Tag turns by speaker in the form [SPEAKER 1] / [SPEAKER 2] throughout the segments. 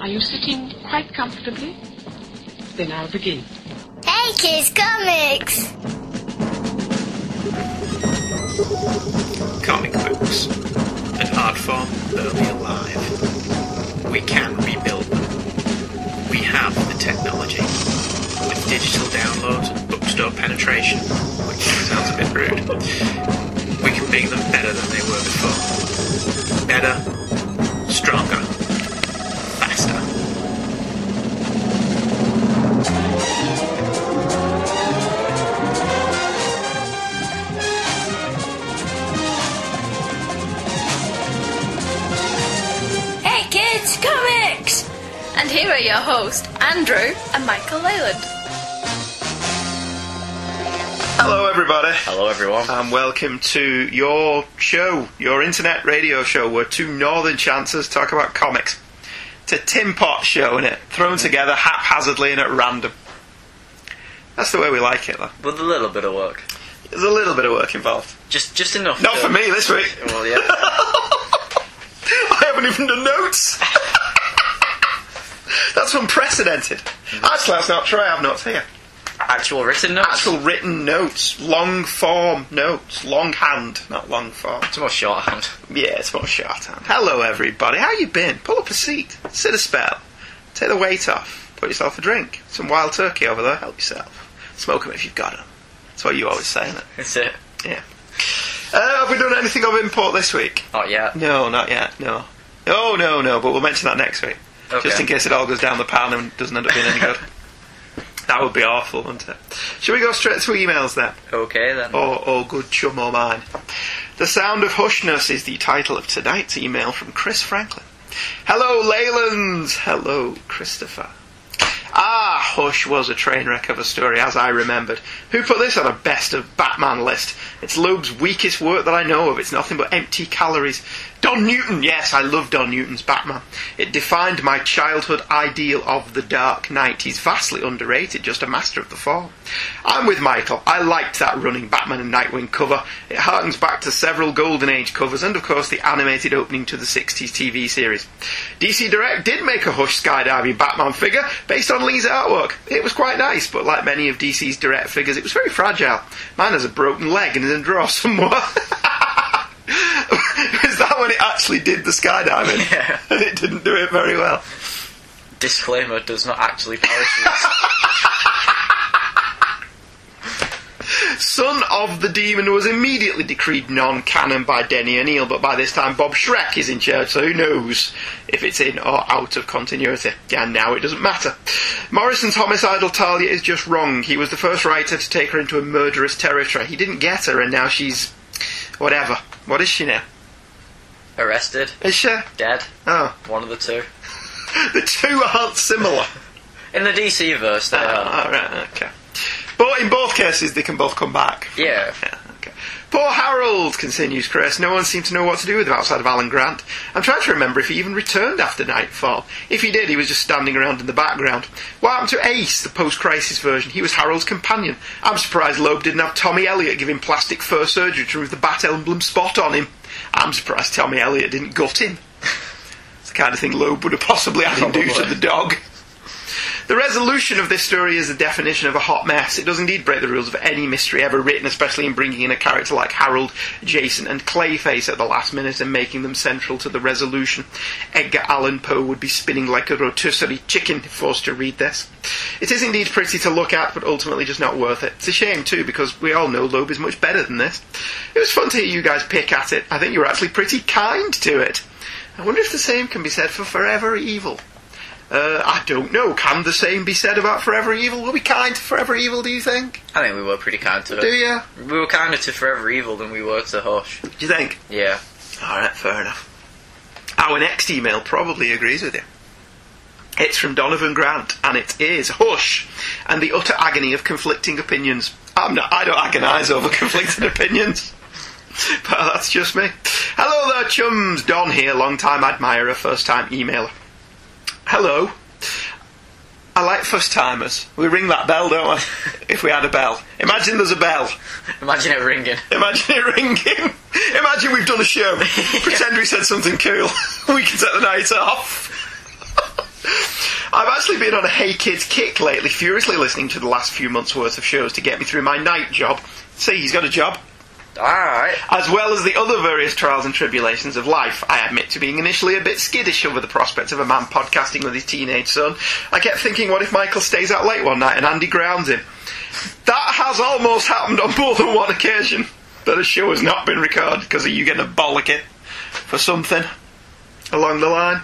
[SPEAKER 1] Are you sitting quite comfortably? Then I'll begin.
[SPEAKER 2] Hey Kids Comics!
[SPEAKER 3] comic books. An art form early alive. We can rebuild them. We have the technology. With digital downloads and bookstore penetration, which sounds a bit rude, we can make them better than they were before. Better, stronger, faster.
[SPEAKER 4] Hey Kids Comics! And here are your hosts, Andrew and Michael Leyland.
[SPEAKER 3] Hello, everybody.
[SPEAKER 5] Hello, everyone.
[SPEAKER 3] And welcome to your show, your internet radio show, where two northern chancers talk about comics. It's a Tim Pot show, is it? Thrown together haphazardly and at random. That's the way we like it, though.
[SPEAKER 5] With a little bit of work,
[SPEAKER 3] There's a little bit of work involved.
[SPEAKER 5] just just enough.
[SPEAKER 3] Not
[SPEAKER 5] to-
[SPEAKER 3] for me this week.
[SPEAKER 5] Well, yeah.
[SPEAKER 3] I haven't even done notes. that's unprecedented. Actually, that's not true. I have notes here.
[SPEAKER 5] Actual written notes.
[SPEAKER 3] Actual written notes, long form notes, long hand, not long form.
[SPEAKER 5] It's more shorthand.
[SPEAKER 3] Yeah, it's more shorthand. Hello, everybody. How you been? Pull up a seat, sit a spell, take the weight off, put yourself a drink, some wild turkey over there. Help yourself. Smoke 'em if you've got 'em. That's what you always say, is
[SPEAKER 5] That's it.
[SPEAKER 3] Yeah. Uh, have we done anything of import this week?
[SPEAKER 5] Not yet.
[SPEAKER 3] No, not yet. No. No, no, no. But we'll mention that next week,
[SPEAKER 5] Okay.
[SPEAKER 3] just in case it all goes down the pan and doesn't end up being any good. That would be awful, wouldn't it? Shall we go straight to emails then?
[SPEAKER 5] Okay then.
[SPEAKER 3] Oh, oh, good chum o' mine. The Sound of Hushness is the title of tonight's email from Chris Franklin. Hello, Leyland. Hello, Christopher. Ah, Hush was a train wreck of a story, as I remembered. Who put this on a best of Batman list? It's Loeb's weakest work that I know of. It's nothing but empty calories. Don Newton, yes, I love Don Newton's Batman. It defined my childhood ideal of the Dark Knight. He's vastly underrated, just a master of the form. I'm with Michael. I liked that running Batman and Nightwing cover. It harkens back to several Golden Age covers and, of course, the animated opening to the 60s TV series. DC Direct did make a Hush skydiving Batman figure based on Lee's artwork. It was quite nice, but like many of DC's Direct figures, it was very fragile. Mine has a broken leg and is in a drawer somewhere. Is that when it actually did the skydiving?
[SPEAKER 5] Yeah.
[SPEAKER 3] And it didn't do it very well.
[SPEAKER 5] Disclaimer: does not actually parachute.
[SPEAKER 3] Son of the Demon was immediately decreed non canon by Denny O'Neill, but by this time Bob Shrek is in charge, so who knows if it's in or out of continuity. And now it doesn't matter. Morrison's homicidal Talia is just wrong. He was the first writer to take her into a murderous territory. He didn't get her, and now she's. whatever. What is she now?
[SPEAKER 5] Arrested.
[SPEAKER 3] Is she?
[SPEAKER 5] Dead.
[SPEAKER 3] Oh.
[SPEAKER 5] One of the two.
[SPEAKER 3] The two aren't similar.
[SPEAKER 5] In the DC verse, they
[SPEAKER 3] Ah.
[SPEAKER 5] are.
[SPEAKER 3] Alright, Oh, okay. But in both cases, they can both come back.
[SPEAKER 5] Yeah.
[SPEAKER 3] Yeah, okay. Poor Harold, continues Chris. No one seemed to know what to do with him outside of Alan Grant. I'm trying to remember if he even returned after Nightfall. If he did, he was just standing around in the background. What happened to Ace, the post-crisis version? He was Harold's companion. I'm surprised Loeb didn't have Tommy Elliot give him plastic fur surgery to remove the bat emblem spot on him. I'm surprised Tommy Elliot didn't gut him. It's the kind of thing Loeb would have possibly had him do to
[SPEAKER 5] Probably.
[SPEAKER 3] the dog. The resolution of this story is the definition of a hot mess. It does indeed break the rules of any mystery ever written, especially in bringing in a character like Harold, Jason, and Clayface at the last minute and making them central to the resolution. Edgar Allan Poe would be spinning like a rotisserie chicken if forced to read this. It is indeed pretty to look at, but ultimately just not worth it. It's a shame, too, because we all know Loeb is much better than this. It was fun to hear you guys pick at it. I think you were actually pretty kind to it. I wonder if the same can be said for Forever Evil. Uh, I don't know. Can the same be said about Forever Evil? Were we kind to Forever Evil, do you think?
[SPEAKER 5] I think we were pretty kind to
[SPEAKER 3] Do
[SPEAKER 5] it.
[SPEAKER 3] you?
[SPEAKER 5] We were kinder to Forever Evil than we were to Hush.
[SPEAKER 3] Do you think?
[SPEAKER 5] Yeah.
[SPEAKER 3] Alright, fair enough. Our next email probably agrees with you. It's from Donovan Grant, and it is Hush and the utter agony of conflicting opinions. I'm not, I don't agonise over conflicting opinions. But that's just me. Hello there, chums. Don here, long time admirer, first time emailer. Hello. I like first timers. We ring that bell, don't we? if we had a bell. Imagine there's a bell.
[SPEAKER 5] Imagine it ringing.
[SPEAKER 3] Imagine it ringing. Imagine we've done a show. Pretend we said something cool. we can set the night off. honestly been on a Hey Kids kick lately, furiously listening to the last few months' worth of shows to get me through my night job. See, he's got a job.
[SPEAKER 5] Alright.
[SPEAKER 3] As well as the other various trials and tribulations of life, I admit to being initially a bit skittish over the prospect of a man podcasting with his teenage son. I kept thinking, what if Michael stays out late one night and Andy grounds him? That has almost happened on more than one occasion, but the show has not been recorded because of you getting a bollocking for something along the line.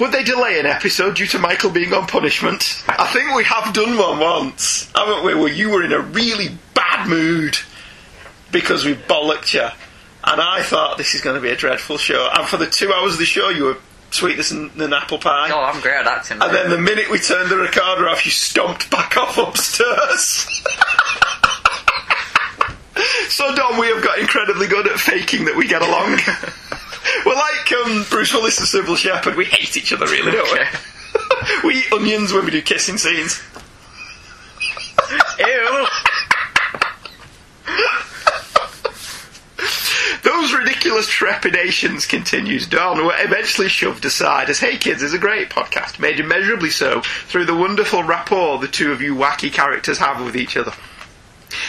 [SPEAKER 3] Would they delay an episode due to Michael being on punishment? I think we have done one once, haven't we? Where you were in a really bad mood because we bollocked you. And I thought this is going to be a dreadful show. And for the two hours of the show, you were sweet as an an apple pie.
[SPEAKER 5] No, I'm great at acting.
[SPEAKER 3] And then the minute we turned the recorder off, you stomped back off upstairs. so, Don, we have got incredibly good at faking that we get along. We're like um, Bruce Willis and Sybil Shepherd. We hate each other, really, don't
[SPEAKER 5] Okay.
[SPEAKER 3] we? we eat onions when we do kissing scenes.
[SPEAKER 5] Ew.
[SPEAKER 3] Those ridiculous trepidations, continues Don, were eventually shoved aside as Hey Kids is a great podcast, made immeasurably so through the wonderful rapport the two of you wacky characters have with each other.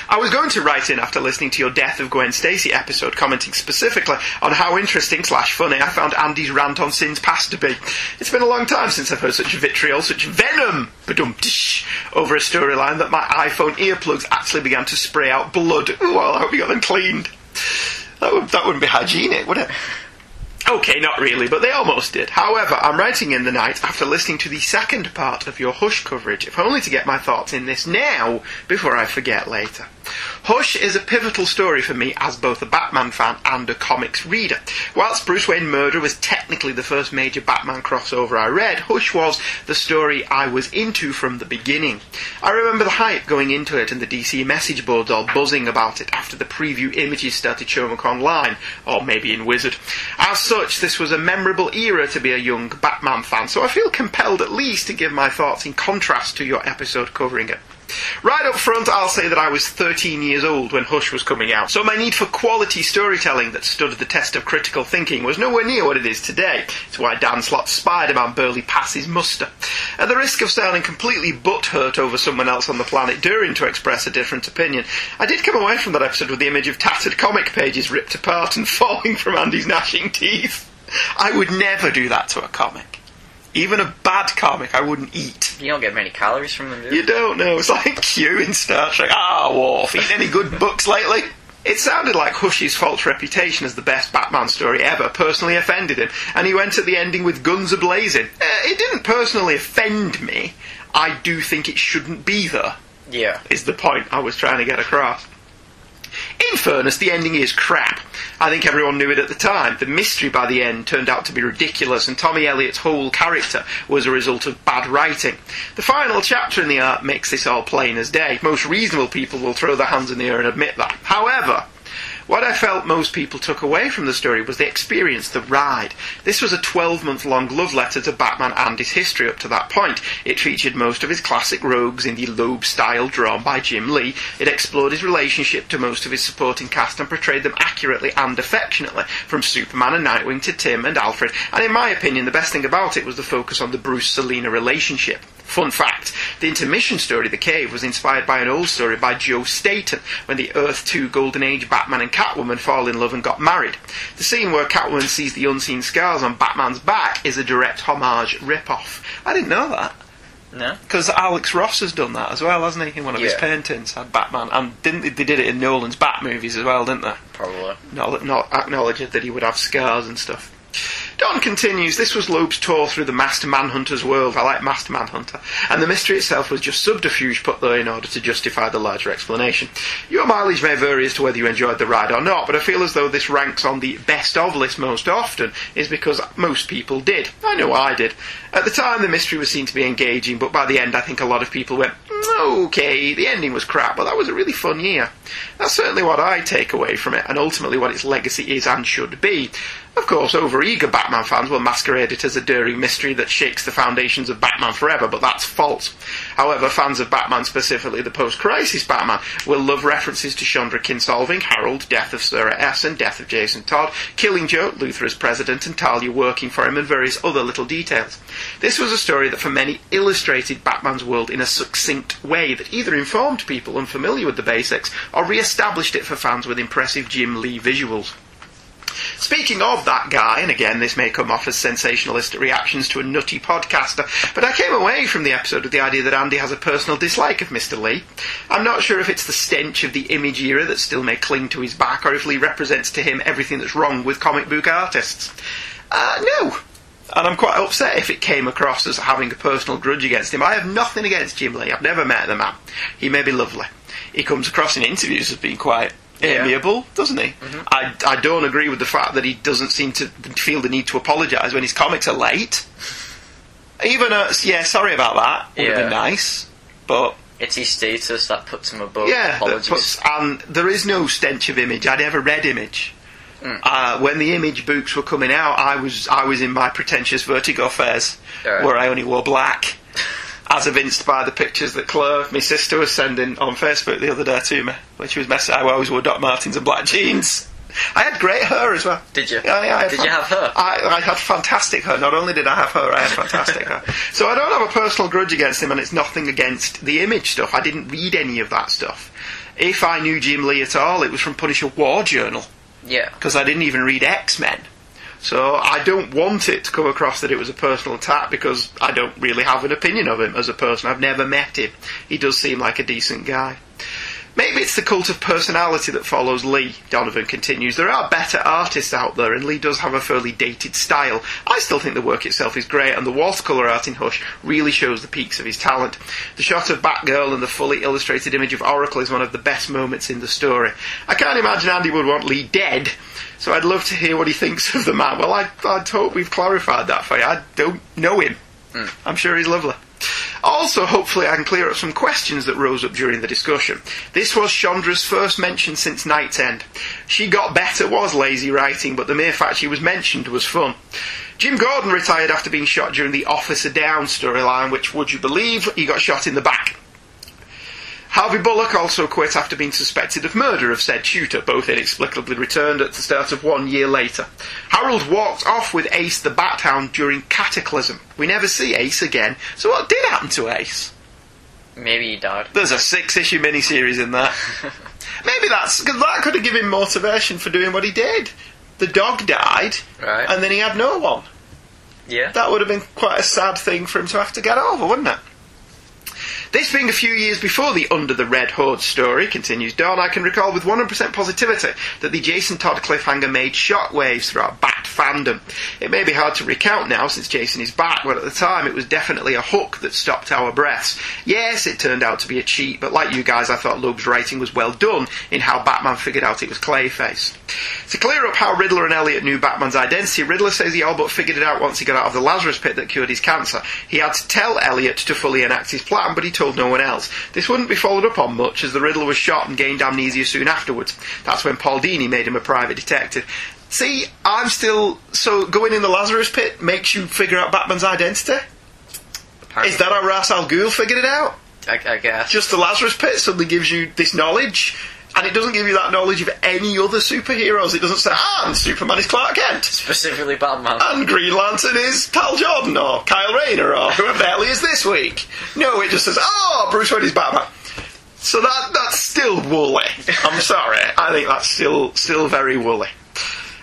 [SPEAKER 3] I was going to write in after listening to your Death of Gwen Stacy episode, commenting specifically on how interesting slash funny I found Andy's rant on sins past to be. It's been a long time since I've heard such vitriol, such venom, badum-tsh, over a storyline that my iPhone earplugs actually began to spray out blood. Ooh, well, I hope you got them cleaned. That, would, that wouldn't be hygienic, would it? Okay, not really, but they almost did. However, I'm writing in the night after listening to the second part of your Hush coverage, if only to get my thoughts in this now before I forget later. Hush is a pivotal story for me as both a Batman fan and a comics reader. Whilst Bruce Wayne Murder was technically the first major Batman crossover I read, Hush was the story I was into from the beginning. I remember the hype going into it and the DC message boards all buzzing about it after the preview images started showing up online, or maybe in Wizard. As such, this was a memorable era to be a young Batman fan, so I feel compelled at least to give my thoughts in contrast to your episode covering it. Right up front, I'll say that I was 13 years old when Hush was coming out, so my need for quality storytelling that stood the test of critical thinking was nowhere near what it is today. It's why Dan Slott's Spider-Man barely passes muster. At the risk of sounding completely butthurt over someone else on the planet daring to express a different opinion, I did come away from that episode with the image of tattered comic pages ripped apart and falling from Andy's gnashing teeth. I would never do that to a comic. Even a bad comic I wouldn't eat.
[SPEAKER 5] You don't get many calories from them, do
[SPEAKER 3] You don't know. It's like Q in Star Trek. Ah, Worf, eating any good books lately? It sounded like Hush's false reputation as the best Batman story ever personally offended him, and he went at the ending with guns ablazing. Uh, it didn't personally offend me. I do think it shouldn't be there
[SPEAKER 5] Yeah.
[SPEAKER 3] is the point I was trying to get across. In fairness, the ending is crap. I think everyone knew it at the time. The mystery by the end turned out to be ridiculous, and Tommy Elliot's whole character was a result of bad writing. The final chapter in the art makes this all plain as day. Most reasonable people will throw their hands in the air and admit that. However, what I felt most people took away from the story was the experience, the ride. This was a 12 month long love letter to Batman and his history up to that point. It featured most of his classic rogues in the lobe style drawn by Jim Lee. It explored his relationship to most of his supporting cast and portrayed them accurately and affectionately, from Superman and Nightwing to Tim and Alfred. And in my opinion, the best thing about it was the focus on the Bruce Selina relationship. Fun fact the intermission story, The Cave, was inspired by an old story by Joe Staten when the Earth 2 Golden Age Batman and Catwoman fall in love and got married. The scene where Catwoman sees the unseen scars on Batman's back is a direct homage rip off. I didn't know that.
[SPEAKER 5] No?
[SPEAKER 3] Because Alex Ross has done that as well, hasn't he? In one of his
[SPEAKER 5] Yeah.
[SPEAKER 3] paintings, had Batman, and didn't they, they did it in Nolan's Bat movies as well, didn't they?
[SPEAKER 5] Probably.
[SPEAKER 3] not, not acknowledging that he would have scars and stuff. Don continues, this was Loeb's tour through the Master Manhunter's world. I like Master Manhunter. And the mystery itself was just subterfuge put there in order to justify the larger explanation. Your mileage may vary as to whether you enjoyed the ride or not, but I feel as though this ranks on the best of list most often is because most people did. I know I did. At the time, the mystery was seen to be engaging, but by the end, I think a lot of people went, "Mm, okay, the ending was crap, but that was a really fun year. That's certainly what I take away from it, and ultimately what its legacy is and should be. Of course, over-eager Batman fans will masquerade it as a daring mystery that shakes the foundations of Batman forever, but that's false. However, fans of Batman, specifically the post-crisis Batman, will love references to Chandra Kinsolving, Harold, Death of Sarah S. and Death of Jason Todd, Killing Joke, Luther as president, and Talia working for him, and various other little details. This was a story that for many illustrated Batman's world in a succinct way that either informed people unfamiliar with the basics or re-established it for fans with impressive Jim Lee visuals. Speaking of that guy, and again, this may come off as sensationalistic reactions to a nutty podcaster, but I came away from the episode with the idea that Andy has a personal dislike of Mr. Lee. I'm not sure if it's the stench of the image era that still may cling to his back, or if Lee represents to him everything that's wrong with comic book artists. Uh, no. And I'm quite upset if it came across as having a personal grudge against him. I have nothing against Jim Lee. I've never met the man. He may be lovely. He comes across in interviews as being quite
[SPEAKER 5] Yeah. Mm-hmm.
[SPEAKER 3] amiable, doesn't he? I, I don't agree with the fact that he doesn't seem to feel the need to apologise when his comics are late. Even a, yeah, sorry about that. Would have
[SPEAKER 5] Yeah.
[SPEAKER 3] been nice. But
[SPEAKER 5] It's his status that puts him above
[SPEAKER 3] yeah, that
[SPEAKER 5] apologies.
[SPEAKER 3] puts, and there is no stench of image. I never read image. Uh, when the image books were coming out, I was I was in my pretentious vertigo phase,
[SPEAKER 5] Yeah.
[SPEAKER 3] where I only wore black, as evinced by the pictures that Claire, my sister, was sending on Facebook the other day to me, when she was messing. I always wore Doc Martens and black jeans. I had great hair as well.
[SPEAKER 5] Did you?
[SPEAKER 3] Oh, Yeah, yeah, I had
[SPEAKER 5] Did you have her?
[SPEAKER 3] I, I had fantastic hair. Not only did I have her, I had fantastic hair. So I don't have a personal grudge against him, and it's nothing against the image stuff. I didn't read any of that stuff. If I knew Jim Lee at all, it was from Punisher War Journal
[SPEAKER 5] yeah.
[SPEAKER 3] because I didn't even read X Men. So I don't want it to come across that it was a personal attack because I don't really have an opinion of him as a person. I've never met him. He does seem like a decent guy. Maybe it's the cult of personality that follows Lee, Donovan continues. There are better artists out there, and Lee does have a fairly dated style. I still think the work itself is great, and the watercolour art in Hush really shows the peaks of his talent. The shot of Batgirl and the fully illustrated image of Oracle is one of the best moments in the story. I can't imagine Andy would want Lee dead, so I'd love to hear what he thinks of the man. Well, I, I'd hope we've clarified that for you. I don't know him. Mm. I'm sure he's lovely. Also, hopefully, I can clear up some questions that rose up during the discussion. This was Chandra's first mention since Night's End. She got better, was lazy writing, but the mere fact she was mentioned was fun. Jim Gordon retired after being shot during the Officer Down storyline, which, would you believe, he got shot in the back. Harvey Bullock also quit after being suspected of murder of said shooter, both inexplicably returned at the start of one year later. Harold walked off with Ace the Bat Hound during Cataclysm. We never see Ace again, so what did happen to Ace?
[SPEAKER 5] Maybe he died.
[SPEAKER 3] There's a six issue miniseries in that. Maybe that's 'cause that could have given him motivation for doing what he did. The dog died,
[SPEAKER 5] Right.
[SPEAKER 3] and then he had no one
[SPEAKER 5] Yeah.
[SPEAKER 3] that would have been quite a sad thing for him to have to get over, wouldn't it? This being a few years before the Under the Red Hood story, continues Dawn, I can recall with 100% positivity that the Jason Todd cliffhanger made shockwaves throughout Bat fandom. It may be hard to recount now since Jason is back, but at the time it was definitely a hook that stopped our breaths. Yes, it turned out to be a cheat, but like you guys, I thought Loeb's writing was well done in how Batman figured out it was Clayface. To clear up how Riddler and Elliot knew Batman's identity, Riddler says he all but figured it out once he got out of the Lazarus pit that cured his cancer. He had to tell Elliot to fully enact his plan, but he told no one else. This wouldn't be followed up on much, as the Riddler was shot and gained amnesia soon afterwards. That's when Paul Dini made him a private detective. See, I'm still. So going in the Lazarus pit makes you figure out Batman's identity?
[SPEAKER 5] Apparently.
[SPEAKER 3] Is that how Ras Al Ghul figured it out?
[SPEAKER 5] I, I guess.
[SPEAKER 3] just the Lazarus Pit suddenly gives you this knowledge, and it doesn't give you that knowledge of any other superheroes. It doesn't say, ah, and Superman is Clark Kent,
[SPEAKER 5] Specifically Batman.
[SPEAKER 3] and Green Lantern is Tal Jordan, or Kyle Rayner, or whoever the hell he is this week. No, it just says, oh, Bruce Wayne is Batman. So that that's still woolly. I'm sorry. I think that's still still very woolly.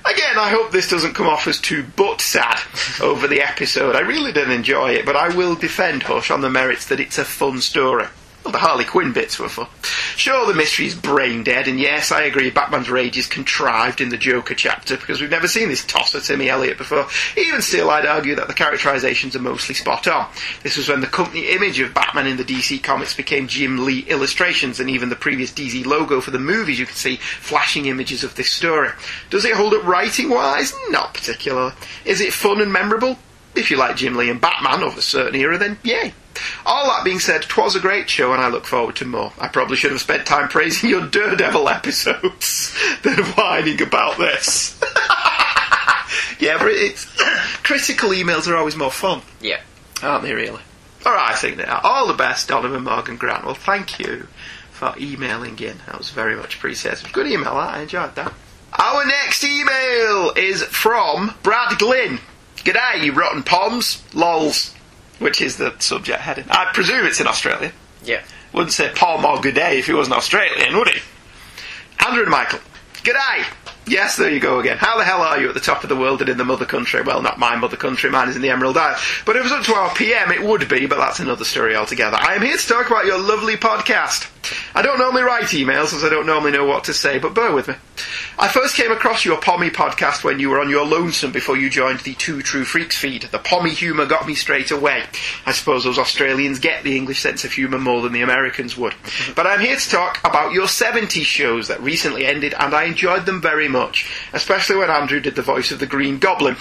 [SPEAKER 3] Again, I hope this doesn't come off as too butt sad over the episode. I really did enjoy it, but I will defend Hush on the merits that it's a fun story. Well, the Harley Quinn bits were fun. Sure, the mystery is brain dead, and yes, I agree, Batman's rage is contrived in the Joker chapter because we've never seen this tosser Timmy Elliott before. Even still, I'd argue that the characterizations are mostly spot on. This was when the company image of Batman in the DC comics became Jim Lee illustrations, and even the previous DZ logo for the movies, you can see flashing images of this story. Does it hold up writing wise? Not particularly. Is it fun and memorable? If you like Jim Lee and Batman of a certain era, then yay. All that being said, 'twas a great show and I look forward to more. I probably should have spent time praising your Daredevil episodes than whining about this. Yeah, but it's critical emails are always more fun,
[SPEAKER 5] Yeah.
[SPEAKER 3] aren't they? Really? All right, I think they are. All the best, Donovan Morgan Grant. Well, thank you for emailing in. That was very much appreciated. It was a Good email. That. I enjoyed that. Our next email is from Brad Glynn. G'day, you rotten poms, lols, which is the subject heading. I presume it's in Australia.
[SPEAKER 5] Yeah.
[SPEAKER 3] Wouldn't say Paul Morgaday if he wasn't Australian, would he? Andrew and Michael. G'day! Yes, there you go again. How the hell are you at the top of the world and in the mother country? Well, not my mother country, mine is in the Emerald Isle. But if it was up to our PM, it would be, but that's another story altogether. I am here to talk about your lovely podcast. I don't normally write emails, as I don't normally know what to say, but bear with me. I first came across your Pommy podcast when you were on your lonesome before you joined the Two True Freaks feed. The Pommy humour got me straight away. I suppose those Australians get the English sense of humour more than the Americans would. But I'm here to talk about your 70s shows that recently ended, and I enjoyed them very much, especially when Andrew did the voice of the Green Goblin.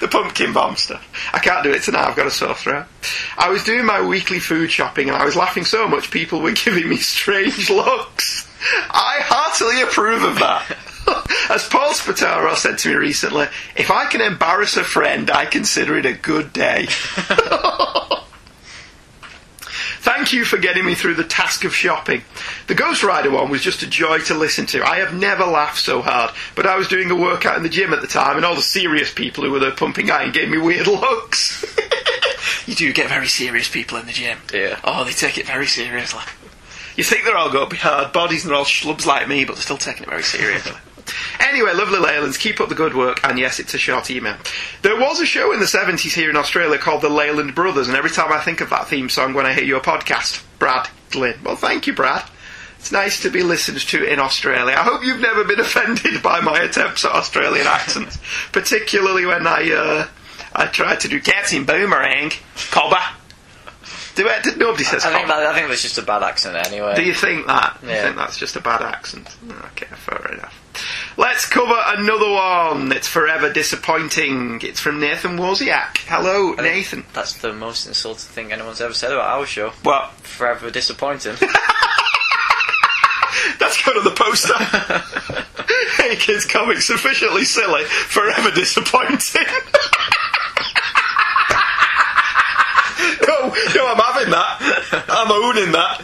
[SPEAKER 3] the pumpkin bomb stuff. I can't do it tonight, I've got a sore throat. I was doing my weekly food shopping and I was laughing so much people were giving me strange looks. I heartily approve of that. As Paul Spataro said to me recently, if I can embarrass a friend, I consider it a good day. Thank you for getting me through the task of shopping. The Ghost Rider one was just a joy to listen to. I have never laughed so hard, but I was doing a workout in the gym at the time, and all the serious people who were there pumping iron gave me weird looks. you do get very serious people in the gym.
[SPEAKER 5] Yeah.
[SPEAKER 3] Oh, they take it very seriously. You think they're all got to be hard bodies and they're all schlubs like me, but they're still taking it very seriously. Anyway, lovely Leylands, keep up the good work, and yes, it's a short email. There was a show in the 70s here in Australia called The Leyland Brothers, and every time I think of that theme song when I hear your podcast, Brad Glynn. Well, thank you, Brad. It's nice to be listened to in Australia. I hope you've never been offended by my attempts at Australian accents, particularly when I uh, I tried to do Captain Boomerang, Cobber. Do I, did, nobody says
[SPEAKER 5] I
[SPEAKER 3] Cobber.
[SPEAKER 5] think that, I think that's just a bad accent anyway.
[SPEAKER 3] Do you think that? Do You
[SPEAKER 5] Yeah.
[SPEAKER 3] think that's just a bad accent? Okay, fair enough. Let's cover another one. It's forever disappointing. It's from Nathan Wozniak. Hello,
[SPEAKER 5] I think
[SPEAKER 3] Nathan.
[SPEAKER 5] That's the most insulting thing anyone's ever said about our show.
[SPEAKER 3] Well,
[SPEAKER 5] Forever disappointing.
[SPEAKER 3] that's kind of the poster. hey kids, comics sufficiently silly, forever disappointing. no, no, I'm having that. I'm owning that.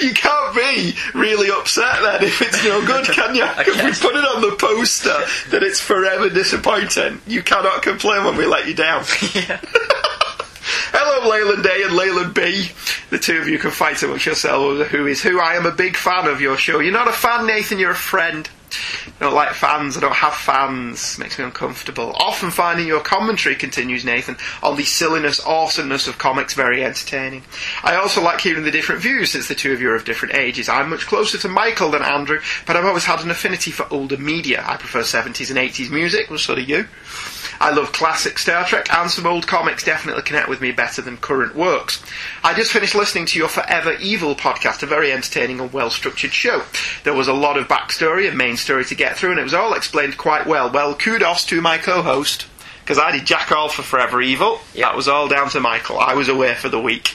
[SPEAKER 3] You can't be really upset then if it's no good, can you?
[SPEAKER 5] I
[SPEAKER 3] If we
[SPEAKER 5] can't.
[SPEAKER 3] put it on the poster that it's forever disappointing, you cannot complain when we let you down. Hello, Leyland A and Leyland B. The two of you can fight amongst yourselves over who is who. I am a big fan of your show. You're not a fan, Nathan, you're a friend. I don't like fans, I don't have fans. Makes me uncomfortable. Often finding your commentary, continues Nathan, on the silliness, awesomeness of comics very entertaining. I also like hearing the different views since the two of you are of different ages. I'm much closer to Michael than Andrew, but I've always had an affinity for older media. I prefer 70s and 80s music, well, so do you. I love classic Star Trek and some old comics definitely connect with me better than current works. I just finished listening to your Forever Evil podcast, a very entertaining and well structured show. There was a lot of backstory and main story to get through, and it was all explained quite well. Well, kudos to my co host. Because I did jack all for Forever Evil.
[SPEAKER 5] Yeah.
[SPEAKER 3] That was all down to Michael. I was away for the week.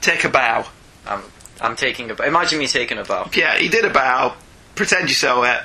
[SPEAKER 3] Take a bow.
[SPEAKER 5] I'm, I'm taking a bow. Imagine me taking a bow.
[SPEAKER 3] Yeah, he did a bow. Pretend you saw it.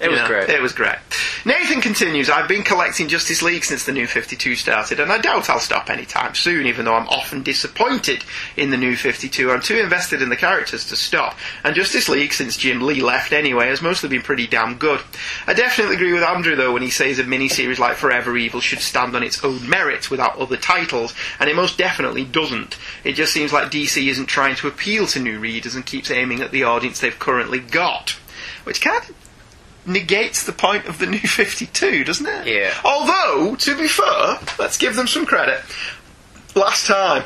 [SPEAKER 5] It was
[SPEAKER 3] Yeah,
[SPEAKER 5] great.
[SPEAKER 3] It was great. Nathan continues, I've been collecting Justice League since the New 52 started, and I doubt I'll stop anytime soon, even though I'm often disappointed in the New 52. I'm too invested in the characters to stop, and Justice League, since Jim Lee left anyway, has mostly been pretty damn good. I definitely agree with Andrew, though, when he says a miniseries like Forever Evil should stand on its own merits without other titles, and it most definitely doesn't. It just seems like DC isn't trying to appeal to new readers and keeps aiming at the audience they've currently got. Which kind of negates the point of the new 52, doesn't it?
[SPEAKER 5] Yeah.
[SPEAKER 3] Although, to be fair, let's give them some credit. Last time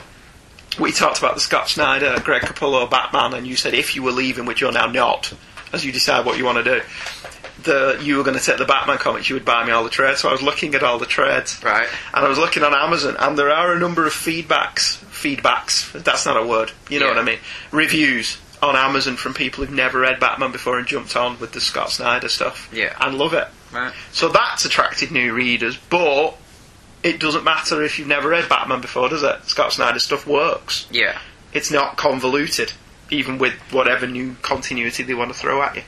[SPEAKER 3] we talked about the Scott Snyder, Greg Capullo Batman, and you said if you were leaving, which you're now not, as you decide what you want to do, the, you were going to take the Batman comics, you would buy me all the trades. So I was looking at all the trades.
[SPEAKER 5] Right.
[SPEAKER 3] And I was looking on Amazon, and there are a number of feedbacks. Feedbacks. That's not a word. You know
[SPEAKER 5] Yeah.
[SPEAKER 3] what I mean? Reviews on Amazon from people who've never read Batman before and jumped on with the Scott Snyder stuff.
[SPEAKER 5] Yeah.
[SPEAKER 3] And love it.
[SPEAKER 5] Right.
[SPEAKER 3] So that's attracted new readers, but it doesn't matter if you've never read Batman before, does it? Scott Snyder stuff works.
[SPEAKER 5] Yeah.
[SPEAKER 3] It's not convoluted, even with whatever new continuity they want to throw at you.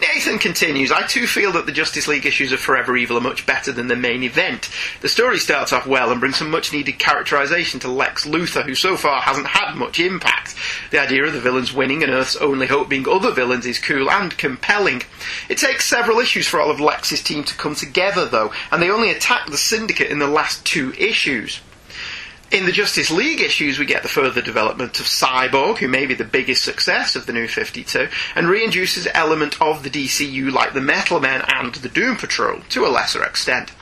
[SPEAKER 3] Nathan continues, I too feel that the Justice League issues of Forever Evil are much better than the main event. The story starts off well and brings some much needed characterization to Lex Luthor, who so far hasn't had much impact. The idea of the villains winning and Earth's only hope being other villains is cool and compelling. It takes several issues for all of Lex's team to come together, though, and they only attack the Syndicate in the last two issues. In the Justice League issues, we get the further development of Cyborg, who may be the biggest success of the new 52, and reintroduces element of the DCU like the Metal Men and the Doom Patrol, to a lesser extent.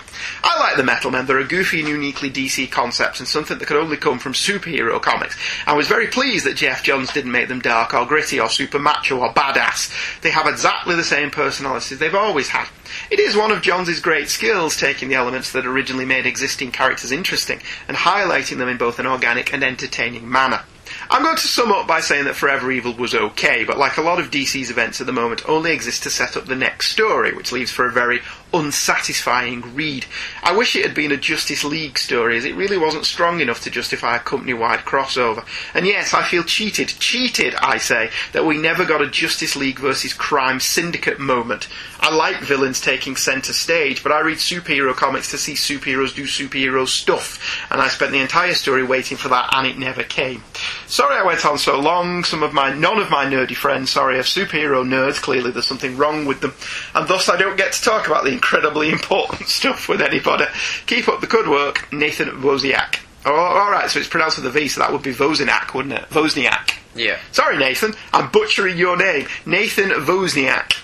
[SPEAKER 3] I like the Metal Men, they're a goofy and uniquely DC concept and something that could only come from superhero comics. I was very pleased that Jeff Johns didn't make them dark or gritty or super macho or badass. They have exactly the same personalities they've always had. It is one of Johns' great skills taking the elements that originally made existing characters interesting and highlighting them in both an organic and entertaining manner. I'm going to sum up by saying that Forever Evil was okay, but like a lot of DC's events at the moment, only exists to set up the next story, which leaves for a very unsatisfying read. I wish it had been a Justice League story, as it really wasn't strong enough to justify a company wide crossover. And yes, I feel cheated, cheated, I say, that we never got a Justice League versus Crime Syndicate moment. I like villains taking centre stage, but I read superhero comics to see superheroes do superhero stuff, and I spent the entire story waiting for that, and it never came. Sorry I went on so long. Some of my none of my nerdy friends, sorry, are superhero nerds. Clearly, there's something wrong with them, and thus I don't get to talk about the incredibly important stuff with anybody. Keep up the good work, Nathan Wozniak. Oh, all right, so it's pronounced with a V, so that would be Wozniak, wouldn't it? Wozniak.
[SPEAKER 5] Yeah.
[SPEAKER 3] Sorry, Nathan, I'm butchering your name. Nathan Wozniak.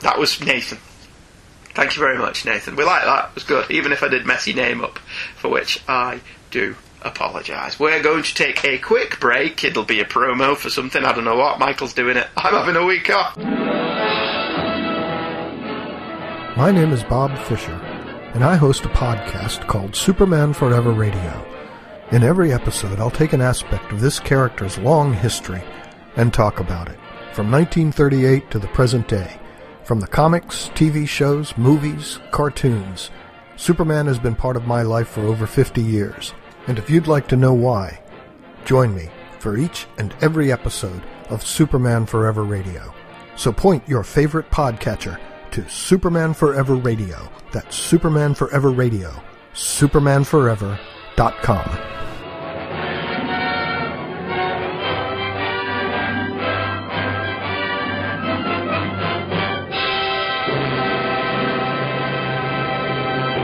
[SPEAKER 3] That was Nathan. Thank you very much, Nathan. We like that. It was good, even if I did mess your name up, for which I do apologise. We're going to take a quick break. It'll be a promo for something. I don't know what. Michael's doing it. I'm having a week off.
[SPEAKER 6] My name is Bob Fisher, and I host a podcast called Superman Forever Radio. In every episode, I'll take an aspect of this character's long history and talk about it, from 1938 to the present day. From the comics, TV shows, movies, cartoons, Superman has been part of my life for over 50 years. And if you'd like to know why, join me for each and every episode of Superman Forever Radio. So point your favorite podcatcher to Superman Forever Radio. That's Superman Forever Radio. SupermanForever.com.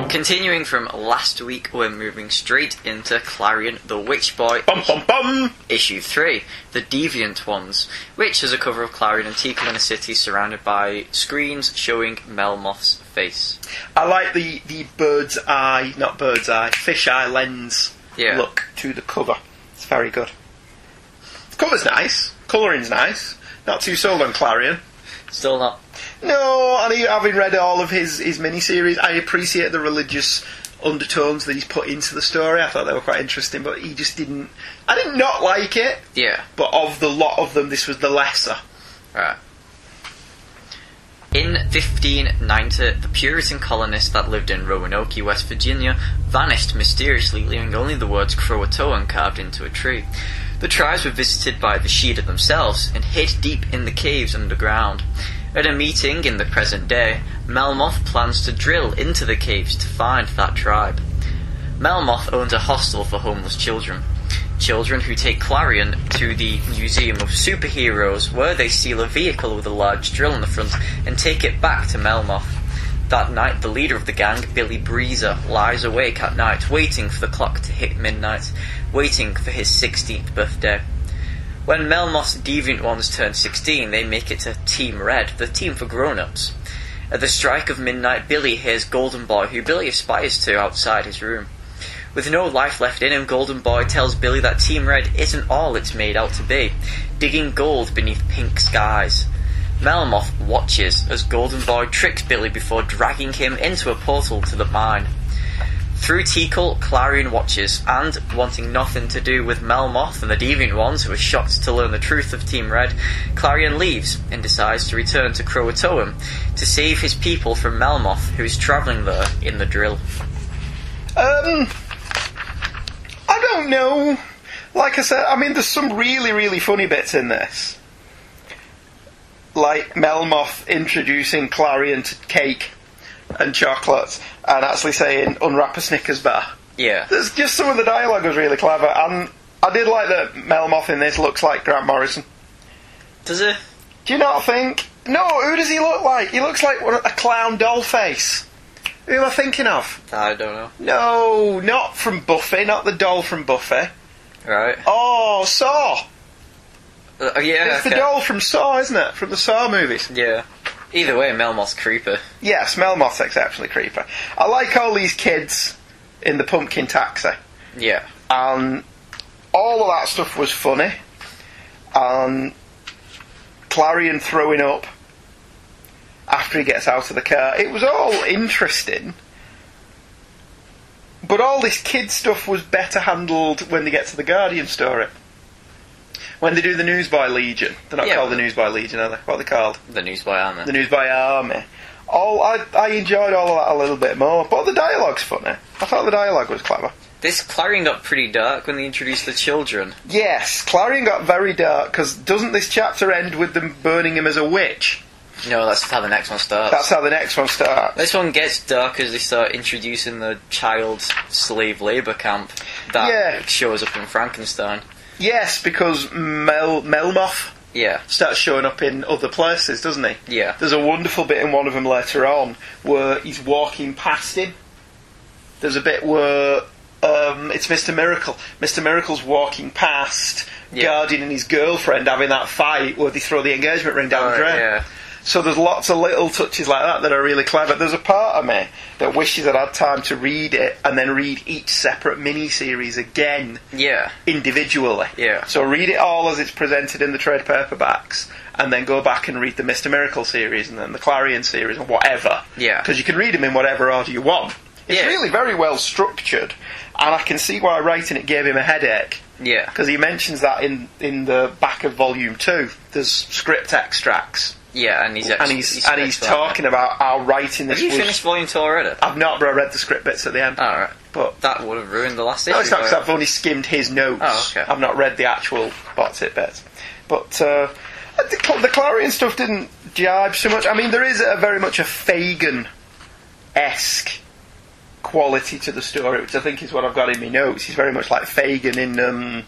[SPEAKER 5] Continuing from last week, we're moving straight into Clarion the Witch Boy,
[SPEAKER 3] Bum bum bum.
[SPEAKER 5] issue 3, The Deviant Ones, which is a cover of Clarion and Tico in a city surrounded by screens showing Melmoth's face.
[SPEAKER 3] I like the the bird's eye, not bird's eye, fish eye lens
[SPEAKER 5] Yeah.
[SPEAKER 3] look to the cover. It's very good. The cover's nice. Colouring's nice. Not too sold on Clarion.
[SPEAKER 5] Still not.
[SPEAKER 3] No, and he, having read all of his his miniseries, I appreciate the religious undertones that he's put into the story. I thought they were quite interesting, but he just didn't. I did not like it,
[SPEAKER 5] Yeah,
[SPEAKER 3] but of the lot of them, this was the lesser.
[SPEAKER 5] right. In 1590, the Puritan colonists that lived in Roanoke, West Virginia, vanished mysteriously, leaving only the words Croatoan carved into a tree. The tribes were visited by the Shida themselves and hid deep in the caves underground. At a meeting in the present day, Melmoth plans to drill into the caves to find that tribe. Melmoth owns a hostel for homeless children. Children who take Clarion to the Museum of Superheroes, where they steal a vehicle with a large drill in the front and take it back to Melmoth. That night, the leader of the gang, Billy Breezer, lies awake at night waiting for the clock to hit midnight, waiting for his 16th birthday. When Melmoth's Deviant Ones turn 16, they make it to Team Red, the team for grown ups. At the strike of midnight, Billy hears Golden Boy, who Billy aspires to, outside his room. With no life left in him, Golden Boy tells Billy that Team Red isn't all it's made out to be, digging gold beneath pink skies. Melmoth watches as Golden Boy tricks Billy before dragging him into a portal to the mine. Through Tikal, Clarion watches, and, wanting nothing to do with Melmoth and the Deviant Ones, who are shocked to learn the truth of Team Red, Clarion leaves and decides to return to Croatoan to save his people from Melmoth, who is travelling there in the drill.
[SPEAKER 3] Um, I don't know. Like I said, I mean, there's some really, really funny bits in this. like Melmoth introducing Clarion to cake and chocolates and actually saying, unwrap a Snickers bar.
[SPEAKER 5] Yeah.
[SPEAKER 3] There's just some of the dialogue was really clever, and I did like that Melmoth in this looks like Grant Morrison.
[SPEAKER 5] Does it?
[SPEAKER 3] Do you not think? No, who does he look like? He looks like one, a clown doll face. Who am I thinking of?
[SPEAKER 5] I don't know.
[SPEAKER 3] No, not from Buffy, not the doll from Buffy.
[SPEAKER 5] Right.
[SPEAKER 3] Oh, Saw.
[SPEAKER 5] Uh, yeah.
[SPEAKER 3] It's
[SPEAKER 5] okay.
[SPEAKER 3] the doll from Saw, isn't it? From the Saw movies.
[SPEAKER 5] Yeah. Either way, Melmoth's creeper.
[SPEAKER 3] Yes, Melmoth's exceptionally creeper. I like all these kids in the pumpkin taxi.
[SPEAKER 5] Yeah.
[SPEAKER 3] and all of that stuff was funny. And Clarion throwing up after he gets out of the car. It was all interesting. But all this kid stuff was better handled when they get to the Guardian story. When they do the News by Legion. They're not
[SPEAKER 5] Yeah.
[SPEAKER 3] called the News by Legion, are they? What are they called?
[SPEAKER 5] The newsboy armor.
[SPEAKER 3] The News by Army. All, I, I enjoyed all of that a little bit more. But the dialogue's funny. I thought the dialogue was clever.
[SPEAKER 5] This Clarion got pretty dark when they introduced the children.
[SPEAKER 3] Yes, Clarion got very dark because doesn't this chapter end with them burning him as a witch?
[SPEAKER 5] No, that's how the next one starts.
[SPEAKER 3] That's how the next one starts.
[SPEAKER 5] This one gets dark as they start introducing the child slave labour camp that
[SPEAKER 3] Yeah.
[SPEAKER 5] shows up in Frankenstein.
[SPEAKER 3] Yes, because Mel Melmoth
[SPEAKER 5] Yeah,
[SPEAKER 3] starts showing up in other places, doesn't he?
[SPEAKER 5] yeah.
[SPEAKER 3] There's a wonderful bit in one of them later on where he's walking past him. There's a bit where um, it's Mr. Miracle. Mr. Miracle's walking past
[SPEAKER 5] Yeah.
[SPEAKER 3] Guardian and his girlfriend having that fight where they throw the engagement ring down the
[SPEAKER 5] Alright,
[SPEAKER 3] drain.
[SPEAKER 5] yeah.
[SPEAKER 3] So there's lots of little touches like that that are really clever. There's a part of me that wishes I'd had time to read it and then read each separate mini series again
[SPEAKER 5] Yeah.
[SPEAKER 3] individually.
[SPEAKER 5] Yeah.
[SPEAKER 3] So read it all as it's presented in the trade paperbacks, and then go back and read the Mister Miracle series and then the Clarion series and whatever.
[SPEAKER 5] Yeah.
[SPEAKER 3] Because you can read them in whatever order you want. It's
[SPEAKER 5] Yeah.
[SPEAKER 3] really very well structured, and I can see why writing it gave him a headache
[SPEAKER 5] Yeah.
[SPEAKER 3] because he mentions that in in the back of volume two. There's script extracts
[SPEAKER 5] Yeah, and he's
[SPEAKER 3] and
[SPEAKER 5] actually,
[SPEAKER 3] he's and he's talking about how writing this
[SPEAKER 5] Have you
[SPEAKER 3] was.
[SPEAKER 5] finished volume two already?
[SPEAKER 3] I've not, but I read the script bits at the end.
[SPEAKER 5] All right.
[SPEAKER 3] But
[SPEAKER 5] That would have ruined the last issue.
[SPEAKER 3] no, it's not 'cause
[SPEAKER 5] though.
[SPEAKER 3] I've only skimmed his notes.
[SPEAKER 5] Oh, okay.
[SPEAKER 3] I've not read the actual box it bits. But uh, the, Cl- the Clarion stuff didn't jibe so much. I mean, there is a very much a Fagin esque quality to the story, which I think is what I've got in my notes. He's very much like Fagin in um,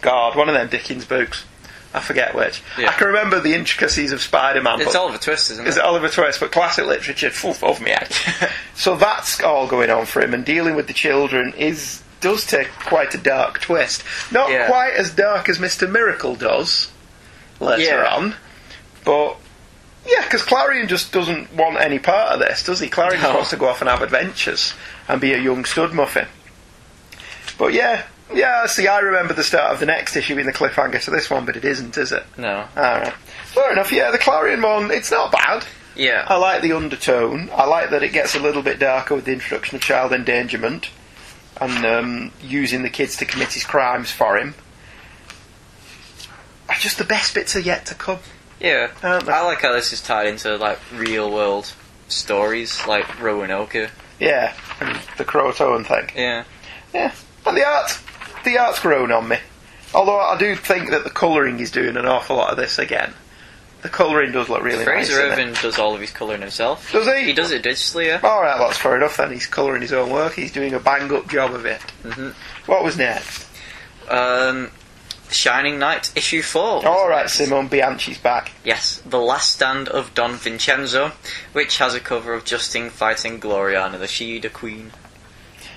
[SPEAKER 3] God, one of them Dickens books. I forget which.
[SPEAKER 5] Yeah.
[SPEAKER 3] I can remember the intricacies of Spider-Man.
[SPEAKER 5] It's
[SPEAKER 3] but-
[SPEAKER 5] Oliver Twist, isn't it?
[SPEAKER 3] is it Oliver Twist, but classic literature, full of me. head. so that's all going on for him, and dealing with the children is does take quite a dark twist. Not
[SPEAKER 5] Yeah.
[SPEAKER 3] quite as dark as Mister Miracle does later
[SPEAKER 5] Yeah.
[SPEAKER 3] on, but yeah, because Clarion just doesn't want any part of this, does he? Clarion just
[SPEAKER 5] No.
[SPEAKER 3] wants to go off and have adventures and be a young stud muffin. But yeah, yeah. See, I remember the start of the next issue being the cliffhanger to this one, but it isn't, is it?
[SPEAKER 5] No.
[SPEAKER 3] All right, fair enough. Yeah, the Clarion one, it's not bad.
[SPEAKER 5] Yeah.
[SPEAKER 3] I like the undertone. I like that it gets a little bit darker with the introduction of child endangerment and um, using the kids to commit his crimes for him. Ah, Just the best bits are yet to come.
[SPEAKER 5] Yeah.
[SPEAKER 3] Um,
[SPEAKER 5] I like how this is tied into like real world stories, like Roanoke.
[SPEAKER 3] Yeah, and the Croatoan thing.
[SPEAKER 5] Yeah.
[SPEAKER 3] Yeah, but the art, the art's grown on me. Although I do think that the colouring is doing an awful lot of this again. The colouring does look really nice.
[SPEAKER 5] Fraser
[SPEAKER 3] doesn't it?
[SPEAKER 5] Irvin does all of his colouring himself.
[SPEAKER 3] Does he?
[SPEAKER 5] He does it digitally, yeah.
[SPEAKER 3] All right, that's fair enough. Then he's colouring his own work. He's doing a bang up job of it.
[SPEAKER 5] Mhm.
[SPEAKER 3] What was next?
[SPEAKER 5] Um, Shining Knight issue four.
[SPEAKER 3] All right, Simone Bianchi's back.
[SPEAKER 5] Yes, the last stand of Don Vincenzo, which has a cover of Justin fighting Gloriana, the Shida Queen.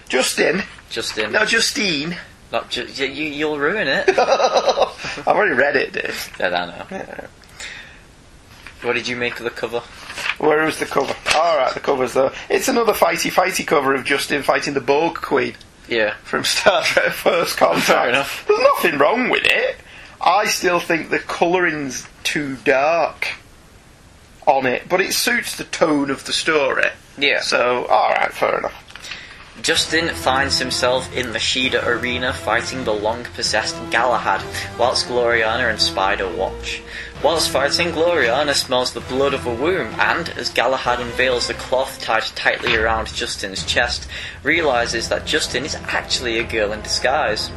[SPEAKER 3] Justin,
[SPEAKER 5] Justin,
[SPEAKER 3] no Justine.
[SPEAKER 5] not ju- you, you- you'll ruin it.
[SPEAKER 3] I've already read it. Dude.
[SPEAKER 5] yeah, I know. What did you make of the cover?
[SPEAKER 3] Where is the cover? All right, the cover's there. It's another fighty, fighty cover of Justin fighting the Borg Queen
[SPEAKER 5] Yeah,
[SPEAKER 3] from Star Trek: First Contact.
[SPEAKER 5] Fair enough.
[SPEAKER 3] There's nothing wrong with it. I still think the colouring's too dark on it, but it suits the tone of the story.
[SPEAKER 5] yeah.
[SPEAKER 3] So, all right, fair enough.
[SPEAKER 5] Justin finds himself in the Shida arena fighting the long possessed Galahad, whilst Gloriana and Spider watch. Whilst fighting, Gloriana smells the blood of a womb and, as Galahad unveils the cloth tied tightly around Justin's chest, realizes that Justin is actually a girl in disguise.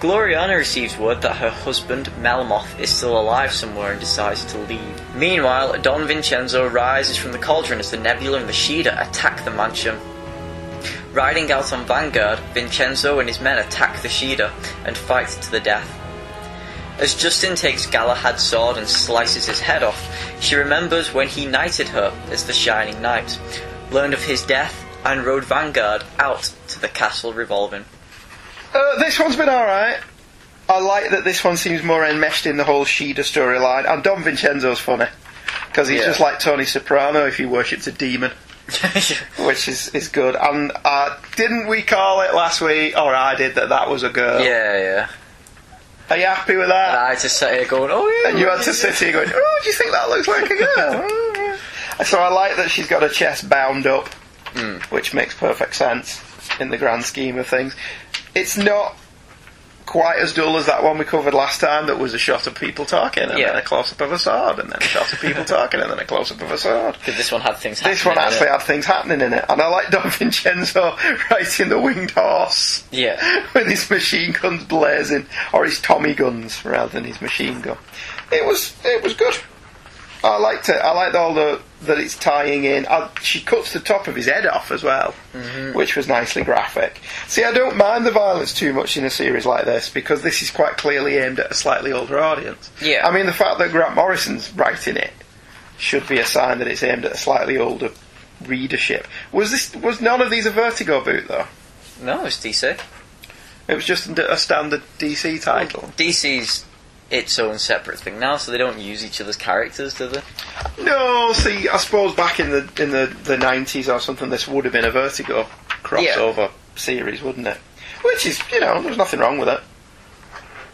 [SPEAKER 5] Gloriana receives word that her husband, Melmoth, is still alive somewhere and decides to leave. Meanwhile, Don Vincenzo rises from the cauldron as the Nebula and the Shida attack the mansion. Riding out on Vanguard, Vincenzo and his men attack the Shida and fight to the death. As Justin takes Galahad's sword and slices his head off, she remembers when he knighted her as the Shining Knight, learned of his death, and rode Vanguard out to the castle revolving.
[SPEAKER 3] Uh, this one's been alright. I like that this one seems more enmeshed in the whole Sheeda storyline, and Don Vincenzo's funny. Because he's
[SPEAKER 5] Yeah.
[SPEAKER 3] just like Tony Soprano if he worships a demon, which is, is good. And uh, didn't we call it last week, or I did, that that was a girl?
[SPEAKER 5] Yeah, yeah.
[SPEAKER 3] Are you happy with that?
[SPEAKER 5] And I just sat here going, oh yeah.
[SPEAKER 3] And you had to sit here going, oh, do you think that looks like a girl? Oh, yeah. so I like that she's got her chest bound up, which makes perfect sense in the grand scheme of things. It's not quite as dull as that one we covered last time that was a shot of people talking and
[SPEAKER 5] Yeah.
[SPEAKER 3] then a close-up of a sword and then a shot of people talking and then a close-up of a sword.
[SPEAKER 5] Because this one had things happening.
[SPEAKER 3] This one
[SPEAKER 5] in it.
[SPEAKER 3] actually had things happening in it, and I like Don Vincenzo riding the winged horse
[SPEAKER 5] Yeah.
[SPEAKER 3] with his machine guns blazing, or his Tommy guns rather than his machine gun. It was it was good. I liked it. I liked all the that it's tying in. I, she cuts the top of his head off as well, which was nicely graphic. See, I don't mind the violence too much in a series like this because this is quite clearly aimed at a slightly older audience.
[SPEAKER 5] Yeah.
[SPEAKER 3] I mean the fact that Grant Morrison's writing it should be a sign that it's aimed at a slightly older readership. Was this was none of these a Vertigo boot though?
[SPEAKER 5] No, it's DC.
[SPEAKER 3] It was just a standard DC title.
[SPEAKER 5] DC's its own separate thing now, so they don't use each other's characters, do they?
[SPEAKER 3] No, see, I suppose back in the in the the nineties or something, this would have been a Vertigo crossover series, wouldn't it? Which is, you know, there's nothing wrong with it.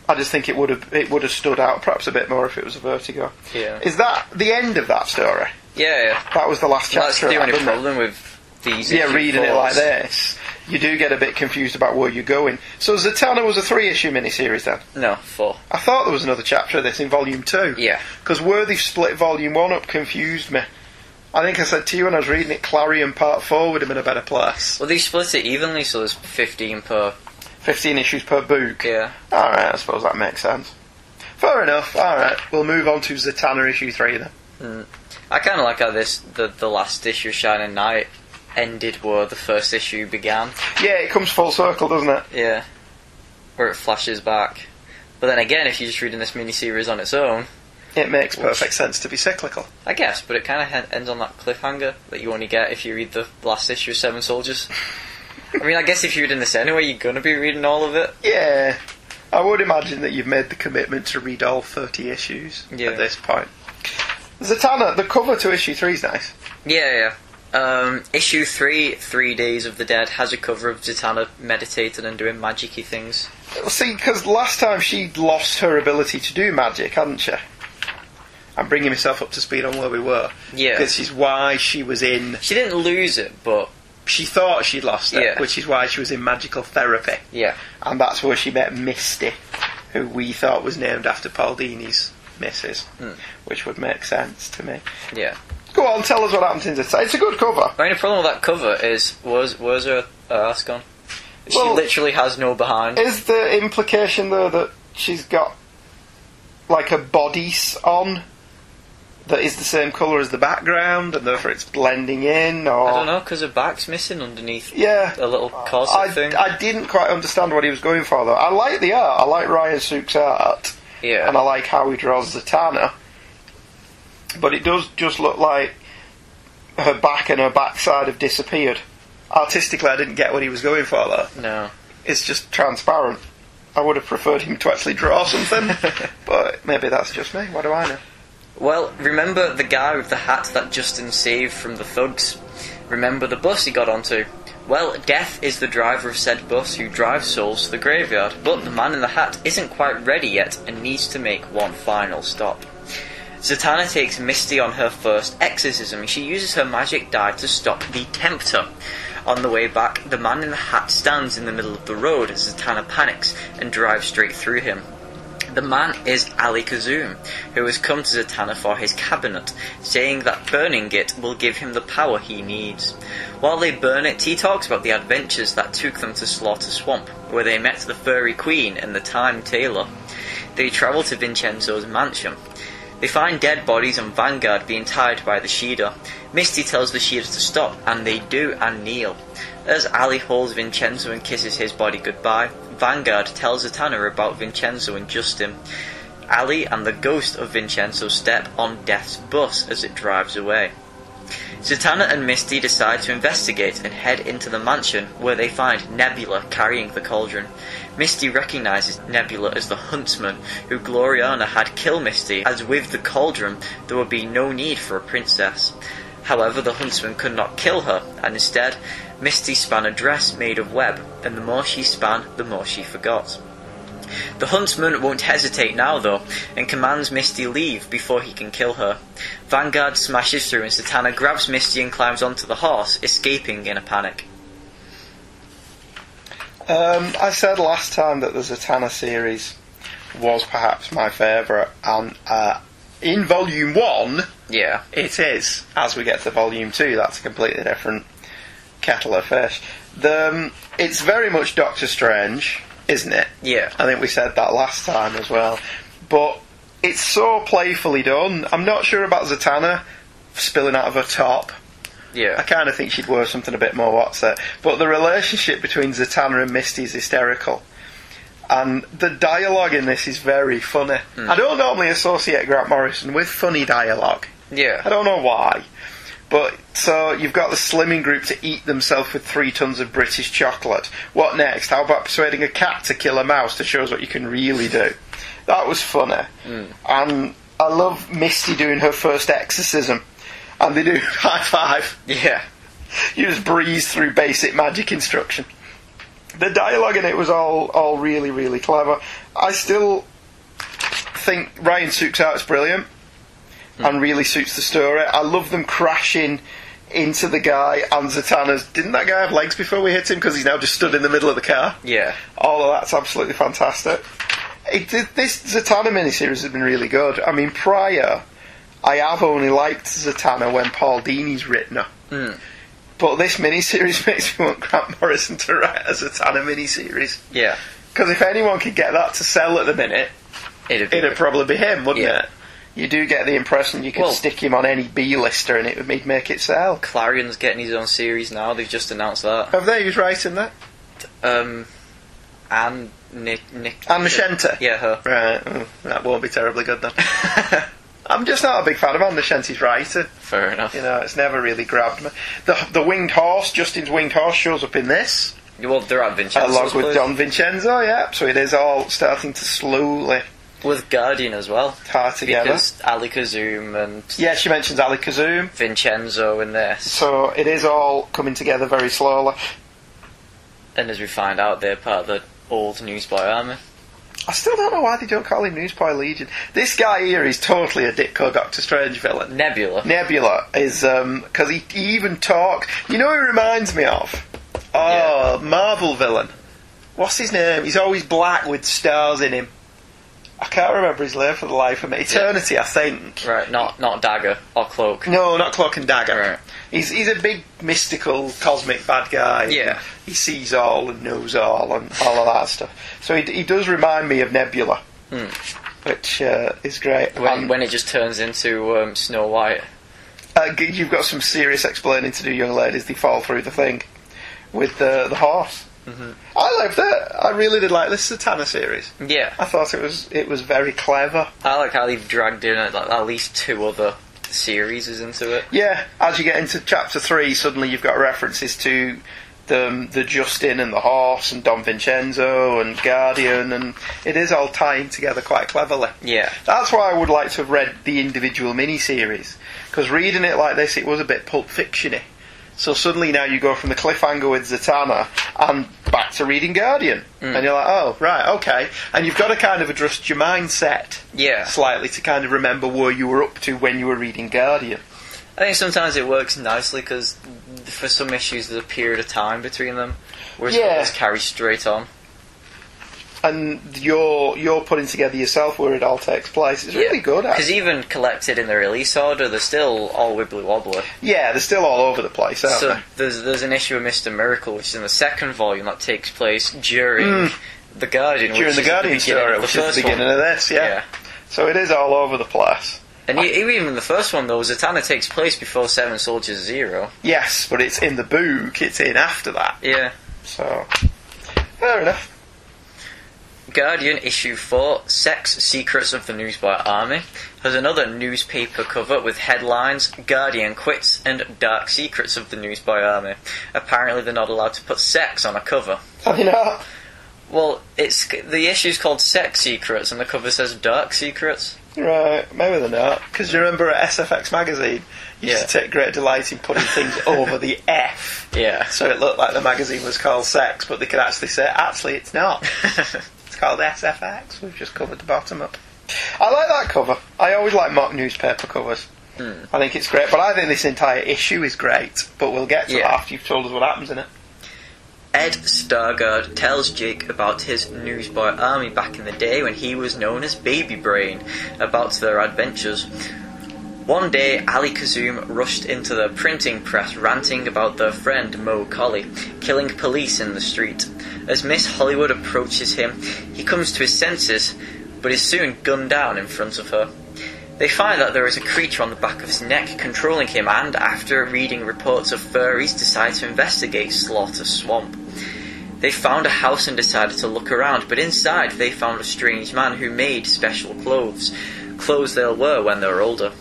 [SPEAKER 3] I just think it would have it would have stood out perhaps a bit more if it was a Vertigo.
[SPEAKER 5] Yeah.
[SPEAKER 3] Is that the end of that story?
[SPEAKER 5] Yeah, yeah.
[SPEAKER 3] That was the last chapter.
[SPEAKER 5] That's the
[SPEAKER 3] of that,
[SPEAKER 5] only
[SPEAKER 3] wasn't it?
[SPEAKER 5] problem with these.
[SPEAKER 3] yeah,
[SPEAKER 5] issue
[SPEAKER 3] reading it like
[SPEAKER 5] fours.
[SPEAKER 3] this, you do get a bit confused about where you're going. So Zatanna was a three-issue miniseries then.
[SPEAKER 5] No, four.
[SPEAKER 3] I thought there was another chapter of this in volume two.
[SPEAKER 5] Yeah.
[SPEAKER 3] Because where they've split volume one up confused me. I think I said to you when I was reading it, Clarion Part Four would have been a better place.
[SPEAKER 5] Well, they split it evenly, so there's 15 per.
[SPEAKER 3] Fifteen issues per book.
[SPEAKER 5] Yeah.
[SPEAKER 3] All right, I suppose that makes sense. Fair enough. All right, we'll move on to Zatanna issue three then.
[SPEAKER 5] I kind of like how this the the last issue, Shining Knight, ended where the first issue began.
[SPEAKER 3] Yeah, it comes full circle, doesn't it?
[SPEAKER 5] Yeah. Where it flashes back. But then again, if you're just reading this miniseries on its own,
[SPEAKER 3] It makes perfect sense to be cyclical.
[SPEAKER 5] I guess, but it kind of he- ends on that cliffhanger that you only get if you read the last issue of Seven Soldiers. I mean, I guess if you're reading this anyway, you're gonna be reading all of it.
[SPEAKER 3] Yeah, I would imagine that you've made the commitment to read all thirty issues
[SPEAKER 5] Yeah.
[SPEAKER 3] at this point. Zatanna, the cover to issue three is nice.
[SPEAKER 5] Yeah, yeah. Um, issue three, Three Days of the Dead, has a cover of Zatanna meditating and doing magicy things.
[SPEAKER 3] See, because last time she lost her ability to do magic, hadn't she? I'm bringing myself up to speed on where we were.
[SPEAKER 5] Yeah.
[SPEAKER 3] This is why she was in.
[SPEAKER 5] She didn't lose it, but
[SPEAKER 3] She thought she'd lost it,
[SPEAKER 5] Yeah.
[SPEAKER 3] which is why she was in magical therapy.
[SPEAKER 5] yeah,
[SPEAKER 3] And that's where she met Misty, who we thought was named after Paul Dini's missus, which would make sense to me.
[SPEAKER 5] Hmm. yeah.
[SPEAKER 3] Go on, tell us what happened in this. It's a good cover.
[SPEAKER 5] I mean, the problem with that cover is, where's, where's her, her ass gone? She
[SPEAKER 3] Well-
[SPEAKER 5] literally has no behind.
[SPEAKER 3] Is the implication though that she's got like a bodice on that is the same colour as the background, and therefore it's blending in? Or
[SPEAKER 5] I don't know, because her back's missing underneath
[SPEAKER 3] Yeah,
[SPEAKER 5] a little corset
[SPEAKER 3] I,
[SPEAKER 5] thing.
[SPEAKER 3] I didn't quite understand what he was going for though. I like the art. I like Ryan Suk's art,
[SPEAKER 5] yeah.
[SPEAKER 3] and I like how he draws Zatanna. But it does just look like her back and her backside have disappeared. Artistically, I didn't get what he was going for though.
[SPEAKER 5] no.
[SPEAKER 3] it's just transparent. I would have preferred him to actually draw something, but maybe that's just me. What do I know?
[SPEAKER 5] Well, remember the guy with the hat that Justin saved from the thugs? Remember the bus he got onto? Well, Death is the driver of said bus who drives souls to the graveyard, but the man in the hat isn't quite ready yet and needs to make one final stop. Zatanna takes Misty on her first exorcism and she uses her magic dye to stop the Tempter. On the way back, the man in the hat stands in the middle of the road as Zatanna panics and drives straight through him. The man is Ali Kazoom, who has come to Zatanna for his cabinet, saying that burning it will give him the power he needs. While they burn it, he talks about the adventures that took them to Slaughter Swamp, where they met the Furry Queen and the Time Tailor. They travel to Vincenzo's mansion. They find dead bodies and Vanguard being tied by the Shida. Misty tells the Shida to stop, and they do and kneel. As Ali holds Vincenzo and kisses his body goodbye, Vanguard tells Zatanna about Vincenzo and Justin. Ali and the ghost of Vincenzo step on Death's bus as it drives away. Zatanna and Misty decide to investigate and head into the mansion where they find Nebula carrying the cauldron. Misty recognizes Nebula as the huntsman who Gloriana had kill Misty, as with the cauldron there would be no need for a princess. However, the huntsman could not kill her, and instead, Misty span a dress made of web, and the more she span, the more she forgot. The huntsman won't hesitate now, though, and commands Misty leave before he can kill her. Vanguard smashes through, and Satana grabs Misty and climbs onto the horse, escaping in a panic.
[SPEAKER 3] Um, I said last time that the Zatanna series was perhaps my favourite, and uh, in Volume 1,
[SPEAKER 5] Yeah.
[SPEAKER 3] it is. As we get to Volume 2, that's a completely different kettle of fish. The, um, it's very much Doctor Strange, isn't it?
[SPEAKER 5] Yeah.
[SPEAKER 3] I think we said that last time as well. But it's so playfully done. I'm not sure about Zatanna spilling out of her top. I
[SPEAKER 5] Yeah.
[SPEAKER 3] kind of think she'd wear something a bit more what's it. But the relationship between Zatanna and Misty is hysterical. And the dialogue in this is very funny. I don't normally associate Grant Morrison with funny dialogue. I
[SPEAKER 5] Yeah.
[SPEAKER 3] don't know why. But so you've got the slimming group to eat themselves with three tons of British chocolate. What next? How about persuading a cat to kill a mouse to show us what you can really do? That was funny.
[SPEAKER 5] Hmm.
[SPEAKER 3] And I love Misty doing her first exorcism. And they do high five.
[SPEAKER 5] Yeah.
[SPEAKER 3] You just breeze through basic magic instruction. The dialogue in it was all all really really clever. I still think Ryan Sook's art's brilliant and really suits the story. I love them crashing into the guy and Zatanna's. Didn't that guy have legs before we hit him? Because he's now just stood in the middle of the car.
[SPEAKER 5] Yeah.
[SPEAKER 3] All of that's absolutely fantastic. It, th- this Zatanna miniseries has been really good. I mean, prior, I have only liked Zatanna when Paul Dini's written her. But this miniseries makes me want Grant Morrison to write a Zatanna miniseries.
[SPEAKER 5] Yeah.
[SPEAKER 3] Because if anyone could get that to sell at the minute,
[SPEAKER 5] It'd be
[SPEAKER 3] it'd probably be him, wouldn't
[SPEAKER 5] Yeah.
[SPEAKER 3] it? You do get the impression you could
[SPEAKER 5] Well-
[SPEAKER 3] stick him on any B-lister and it would make- make it sell.
[SPEAKER 5] Clarion's getting his own series now. They've just announced that.
[SPEAKER 3] Have they? Who's writing that?
[SPEAKER 5] Um, and Nick, Nick,
[SPEAKER 3] Anne Machenta?
[SPEAKER 5] yeah, her.
[SPEAKER 3] Right, oh, that won't be terribly good then. I'm just not a big fan of Anne Machenta's writing.
[SPEAKER 5] Fair enough.
[SPEAKER 3] You know, it's never really grabbed me. The, the winged horse, Justin's winged horse, shows up in this.
[SPEAKER 5] Well, they're at Vincenzo's
[SPEAKER 3] along with
[SPEAKER 5] place.
[SPEAKER 3] Don Vincenzo, yeah. So it is all starting to slowly
[SPEAKER 5] with Guardian as well,
[SPEAKER 3] tie together.
[SPEAKER 5] because Ali Kazoom and
[SPEAKER 3] yeah, she mentions Ali Kazoom.
[SPEAKER 5] Vincenzo in this,
[SPEAKER 3] So it is all coming together very slowly.
[SPEAKER 5] and as we find out, they're part of the old um, Newsboy Army.
[SPEAKER 3] I still don't know why they don't call him Newsboy Legion. This guy here is totally a Ditko Doctor Strange villain.
[SPEAKER 5] Nebula.
[SPEAKER 3] Nebula is because he, he even talks. You know, who he reminds me of oh Marvel villain. What's his name? He's always black with stars in him. I can't remember his name for the life of me. Eternity, I think.
[SPEAKER 5] right, not not dagger or cloak.
[SPEAKER 3] No, not Cloak and Dagger.
[SPEAKER 5] Right.
[SPEAKER 3] He's he's a big mystical cosmic bad guy.
[SPEAKER 5] Yeah.
[SPEAKER 3] he sees all and knows all and all of that stuff. So he, he does remind me of Nebula, which uh, is great.
[SPEAKER 5] When,
[SPEAKER 3] And,
[SPEAKER 5] Hmm. when it just turns into um, Snow White.
[SPEAKER 3] uh, g- you've got some serious explaining to do, young ladies. They fall through the thing with the the horse.
[SPEAKER 5] Mm-hmm.
[SPEAKER 3] I loved it. I really did like this Satana series.
[SPEAKER 5] Yeah,
[SPEAKER 3] I thought it was it was very clever.
[SPEAKER 5] I like how they've dragged in at, like, at least two other series into it.
[SPEAKER 3] Yeah, as you get into chapter three, suddenly you've got references to the the Justin and the horse and Don Vincenzo and Guardian, and it is all tying together quite cleverly.
[SPEAKER 5] Yeah,
[SPEAKER 3] That's why I would like to have read the individual miniseries because reading it like this, it was a bit pulp fictiony. So suddenly now you go from the cliffhanger with Zatanna and back to reading Guardian, and you're like, oh right, okay, and you've got to kind of adjust your mindset
[SPEAKER 5] yeah.
[SPEAKER 3] slightly to kind of remember where you were up to when you were reading Guardian.
[SPEAKER 5] I think sometimes it works nicely because for some issues there's a period of time between them, whereas
[SPEAKER 3] Yeah.
[SPEAKER 5] others carry straight on.
[SPEAKER 3] and you're you're putting together yourself where it all takes place. It's really good. eh?
[SPEAKER 5] Because
[SPEAKER 3] Actually.
[SPEAKER 5] even collected in the release order, they're still all wibbly wobbly.
[SPEAKER 3] Yeah, they're still all over the place, aren't
[SPEAKER 5] So
[SPEAKER 3] they?
[SPEAKER 5] there's there's an issue with Mister Miracle, which is in the second volume that takes place during the Guardian.
[SPEAKER 3] Hmm. During
[SPEAKER 5] which
[SPEAKER 3] the
[SPEAKER 5] is at
[SPEAKER 3] Guardian
[SPEAKER 5] beginning
[SPEAKER 3] story,
[SPEAKER 5] of
[SPEAKER 3] which is
[SPEAKER 5] first
[SPEAKER 3] the beginning
[SPEAKER 5] one.
[SPEAKER 3] of this, yeah. So it is all over the place.
[SPEAKER 5] and e even in the first one though, Zatanna takes place before Seven Soldiers Zero.
[SPEAKER 3] Yes, but it's in the book. It's in after that.
[SPEAKER 5] Yeah,
[SPEAKER 3] So fair enough.
[SPEAKER 5] Guardian issue four, Sex Secrets of the Newsboy Army, has another newspaper cover with headlines Guardian quits and Dark Secrets of the Newsboy Army. Apparently, they're not allowed to put sex on a cover.
[SPEAKER 3] I mean, uh,
[SPEAKER 5] Well, it's the issue's called Sex Secrets, and the cover says Dark Secrets.
[SPEAKER 3] right, maybe they're not. Because you remember at SFX magazine, you used to take great delight in putting things over the F,
[SPEAKER 5] Yeah.
[SPEAKER 3] so it looked like the magazine was called Sex, but they could actually say, actually, it's not. It's called SFX. We've just covered the bottom up. I like that cover. I always like mock newspaper covers. I think it's great, but I think this entire issue is great. But we'll get to
[SPEAKER 5] Yeah.
[SPEAKER 3] that after you've told us what happens in it.
[SPEAKER 5] Ed Stargard tells Jake about his newsboy army back in the day when he was known as Baby Brain, about their adventures. One day, Ali Kazoom rushed into the printing press ranting about their friend Mo Collie, killing police in the street. As Miss Hollywood approaches him, he comes to his senses, but is soon gunned down in front of her. They find that there is a creature on the back of his neck controlling him, and after reading reports of furries, decide to investigate Slaughter Swamp. They found a house and decided to look around, but inside they found a strange man who made special clothes, clothes they'll wear when they're older.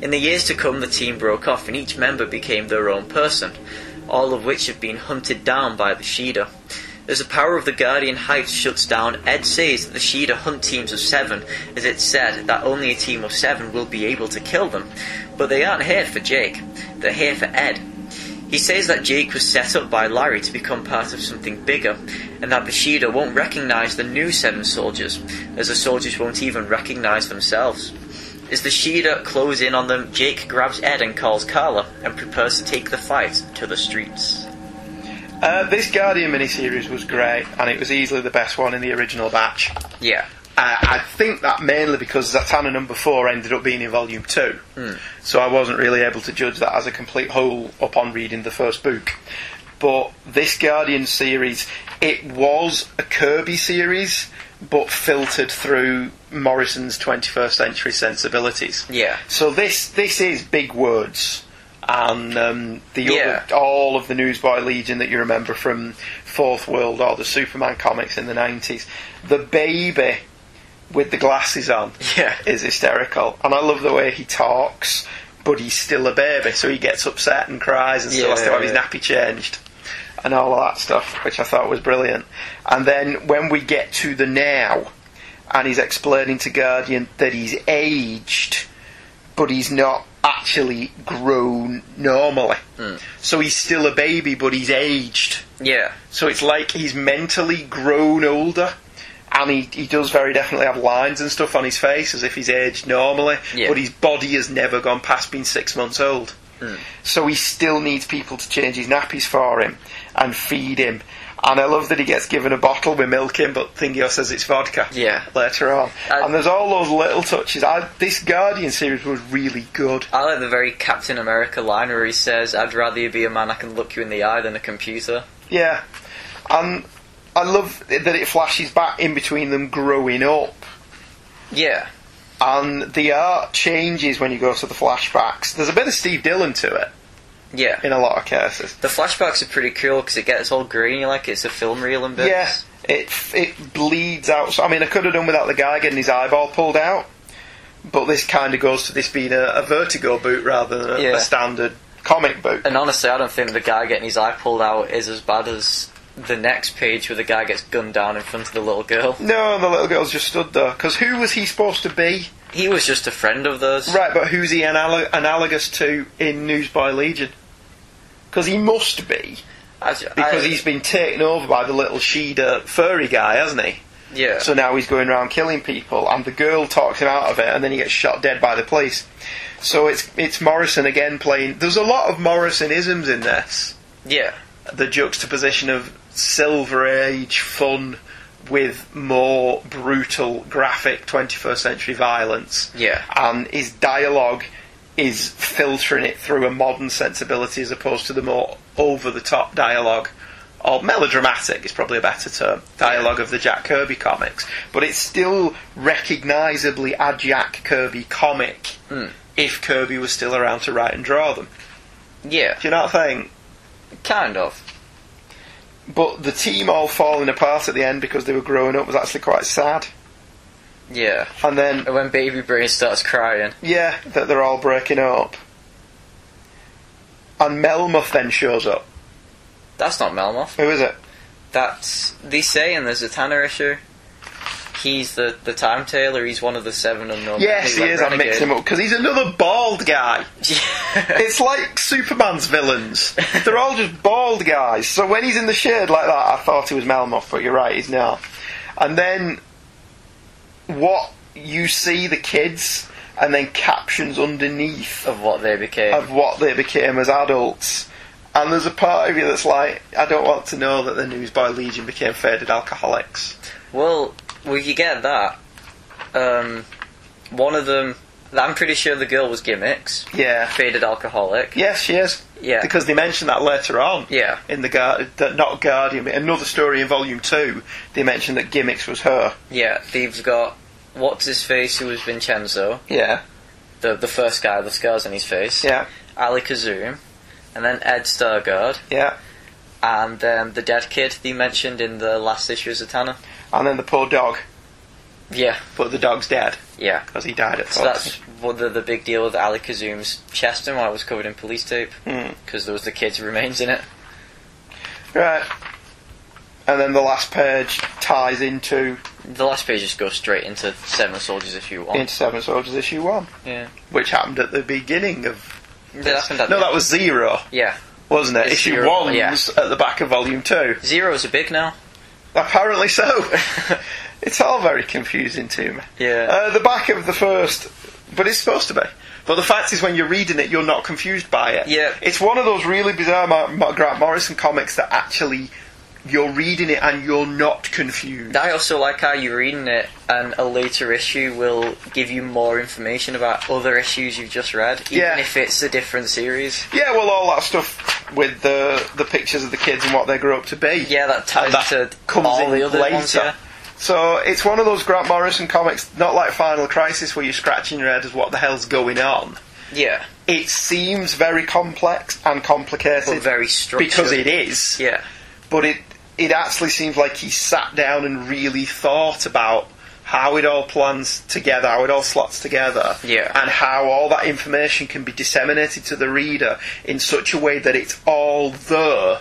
[SPEAKER 5] In the years to come, the team broke off, and each member became their own person, all of which have been hunted down by the Shida. As the power of the Guardian Heights shuts down, Ed says that the Shida hunt teams of seven, as it's said that only a team of seven will be able to kill them. But they aren't here for Jake, they're here for Ed. He says that Jake was set up by Larry to become part of something bigger, and that the Shida won't recognize the new seven soldiers, as the soldiers won't even recognize themselves. As the Shida close in on them, Jake grabs Ed and calls Carla, and prepares to take the fight to the streets.
[SPEAKER 3] Uh, this Guardian miniseries was great, and it was easily the best one in the original batch.
[SPEAKER 5] Yeah.
[SPEAKER 3] Uh, I think that mainly because Zatanna number four ended up being in volume two, so I wasn't really able to judge that as a complete whole upon reading the first book. But this Guardian series, it was a Kirby series, but filtered through Morrison's 21st century sensibilities.
[SPEAKER 5] Yeah.
[SPEAKER 3] So this this is big words, and um, the
[SPEAKER 5] Yeah.
[SPEAKER 3] other, all of the Newsboy Legion that you remember from Fourth World or the Superman comics in the nineties. The baby with the glasses on
[SPEAKER 5] Yeah.
[SPEAKER 3] is hysterical, and I love the way he talks. But he's still a baby, so he gets upset and cries and still
[SPEAKER 5] Yeah,
[SPEAKER 3] has to have his
[SPEAKER 5] yeah.
[SPEAKER 3] nappy changed and all of that stuff, which I thought was brilliant. And then when we get to the now, and he's explaining to Guardian that he's aged, but he's not actually grown normally. So he's still a baby, but he's aged.
[SPEAKER 5] Yeah.
[SPEAKER 3] So it's like he's mentally grown older. And he, he does very definitely have lines and stuff on his face as if he's aged normally,
[SPEAKER 5] Yeah.
[SPEAKER 3] but his body has never gone past being six months old.
[SPEAKER 5] Hmm.
[SPEAKER 3] So he still needs people to change his nappies for him and feed him. And I love that he gets given a bottle with milk in, but Thingio says it's vodka
[SPEAKER 5] Yeah.
[SPEAKER 3] later on.
[SPEAKER 5] Uh,
[SPEAKER 3] and there's all those little touches. I, this Guardian series was really good.
[SPEAKER 5] I like the very Captain America line where he says, I'd rather you be a man I can look you in the eye than a computer.
[SPEAKER 3] Yeah, and I love that it flashes back in between them growing up.
[SPEAKER 5] Yeah.
[SPEAKER 3] and the art changes when you go to the flashbacks. There's a bit of Steve Dillon to it
[SPEAKER 5] Yeah.
[SPEAKER 3] in a lot of cases.
[SPEAKER 5] The flashbacks are pretty cool because it gets all grainy like it's a film reel and bits.
[SPEAKER 3] Yeah, it it bleeds out. So, I mean, I could have done without the guy getting his eyeball pulled out, but this kind of goes to this being a, a vertigo boot rather than a,
[SPEAKER 5] Yeah.
[SPEAKER 3] a standard comic boot.
[SPEAKER 5] And honestly, I don't think the guy getting his eye pulled out is as bad as the next page where the guy gets gunned down in front of the little girl.
[SPEAKER 3] No, the little girl's just stood there. Because who was he supposed to be?
[SPEAKER 5] He was just a friend of theirs.
[SPEAKER 3] Right, but who's he anal- analogous to in Newsboy Legion? Because he must be.
[SPEAKER 5] I ju- I-
[SPEAKER 3] Because he's been taken over by the little Sheeda furry guy, hasn't he?
[SPEAKER 5] yeah.
[SPEAKER 3] So now he's going around killing people, and the girl talks him out of it, and then he gets shot dead by the police. So it's it's Morrison again playing. There's a lot of Morrisonisms in this.
[SPEAKER 5] yeah.
[SPEAKER 3] The juxtaposition of Silver Age fun with more brutal, graphic 21st century violence.
[SPEAKER 5] Yeah.
[SPEAKER 3] And his dialogue is filtering it through a modern sensibility as opposed to the more over the top dialogue. Or melodramatic is probably a better term. Dialogue of the Jack Kirby comics, but it's still recognisably a Jack Kirby comic. If Kirby was still around to write and draw them,
[SPEAKER 5] Yeah,
[SPEAKER 3] do you not think?
[SPEAKER 5] kind of.
[SPEAKER 3] But the team all falling apart at the end because they were growing up was actually quite sad.
[SPEAKER 5] Yeah.
[SPEAKER 3] And then,
[SPEAKER 5] And when Baby Brain starts crying.
[SPEAKER 3] yeah, that they're all breaking up. And Melmoth then shows up.
[SPEAKER 5] That's not Melmoth.
[SPEAKER 3] Who is it?
[SPEAKER 5] That's they say in the Zatanna issue. He's the the time tailor. He's one of the seven unknown.
[SPEAKER 3] Yes, he
[SPEAKER 5] went
[SPEAKER 3] is. I mixed him
[SPEAKER 5] renegade.
[SPEAKER 3] up because he's another bald guy.
[SPEAKER 5] Yeah.
[SPEAKER 3] It's like Superman's villains. They're all just bald guys. So when he's in the shade like that, I thought he was Melmoth, but you're right, he's not. And then what you see the kids, and then captions underneath
[SPEAKER 5] of what they became.
[SPEAKER 3] of what they became as adults. And there's a part of you that's like, I don't want to know that the Newsboy Legion became faded alcoholics.
[SPEAKER 5] Well, we could get that. Um, one of them. I'm pretty sure the girl was gimmicks,
[SPEAKER 3] Yeah.
[SPEAKER 5] faded alcoholic.
[SPEAKER 3] Yes, she is.
[SPEAKER 5] Yeah.
[SPEAKER 3] Because they mention that later on.
[SPEAKER 5] Yeah.
[SPEAKER 3] In the Guard, that not Guardian, but another story in Volume Two, they mentioned that gimmicks was her.
[SPEAKER 5] Yeah, they've got what's his face who was Vincenzo,
[SPEAKER 3] Yeah.
[SPEAKER 5] the the first guy with the scars on his face.
[SPEAKER 3] Yeah.
[SPEAKER 5] Ali Kazoom, and then Ed Stargard,
[SPEAKER 3] Yeah.
[SPEAKER 5] and then the dead kid they mentioned in the last issue of Zatanna.
[SPEAKER 3] And then the poor dog,
[SPEAKER 5] Yeah,
[SPEAKER 3] but the dog's dead
[SPEAKER 5] yeah.
[SPEAKER 3] because he died at.
[SPEAKER 5] So that's what the, the big deal with Ali Kazoom's chest and why it was covered in police tape
[SPEAKER 3] Hmm.
[SPEAKER 5] because there was the kid's remains in it.
[SPEAKER 3] right. And then the last page ties into
[SPEAKER 5] The last page just goes straight into Seven Soldiers if you want.
[SPEAKER 3] into Seven Soldiers issue one,
[SPEAKER 5] yeah,
[SPEAKER 3] which happened at the beginning of.
[SPEAKER 5] that happened at
[SPEAKER 3] no,
[SPEAKER 5] the-
[SPEAKER 3] that was zero.
[SPEAKER 5] yeah.
[SPEAKER 3] wasn't it?
[SPEAKER 5] It's
[SPEAKER 3] Issue
[SPEAKER 5] zero,
[SPEAKER 3] one
[SPEAKER 5] yeah.
[SPEAKER 3] was at the back of volume two.
[SPEAKER 5] Zeros are big now.
[SPEAKER 3] Apparently so. it's all very confusing to me.
[SPEAKER 5] Yeah,
[SPEAKER 3] Uh, the back of the first, but it's supposed to be. But the fact is, when you're reading it, you're not confused by it.
[SPEAKER 5] Yeah.
[SPEAKER 3] It's one of those really bizarre Mar- Mar- Grant Morrison comics that actually you're reading it and you're not confused.
[SPEAKER 5] I also like how you're reading it, and a later issue will give you more information about other issues you've just read, even
[SPEAKER 3] Yeah.
[SPEAKER 5] if it's a different series.
[SPEAKER 3] yeah, well, all that stuff with the the pictures of the kids and what they grew up to be.
[SPEAKER 5] Yeah, that ties
[SPEAKER 3] And that
[SPEAKER 5] to
[SPEAKER 3] comes
[SPEAKER 5] all
[SPEAKER 3] in
[SPEAKER 5] the other
[SPEAKER 3] later.
[SPEAKER 5] ones. Yeah.
[SPEAKER 3] So it's one of those Grant Morrison comics, not like Final Crisis, where you're scratching your head as what the hell's going on.
[SPEAKER 5] yeah,
[SPEAKER 3] It seems very complex and complicated
[SPEAKER 5] but very structured.
[SPEAKER 3] because it is.
[SPEAKER 5] Yeah,
[SPEAKER 3] But it it actually seems like he sat down and really thought about how it all plans together, how it all slots together,
[SPEAKER 5] Yeah.
[SPEAKER 3] and how all that information can be disseminated to the reader in such a way that it's all there.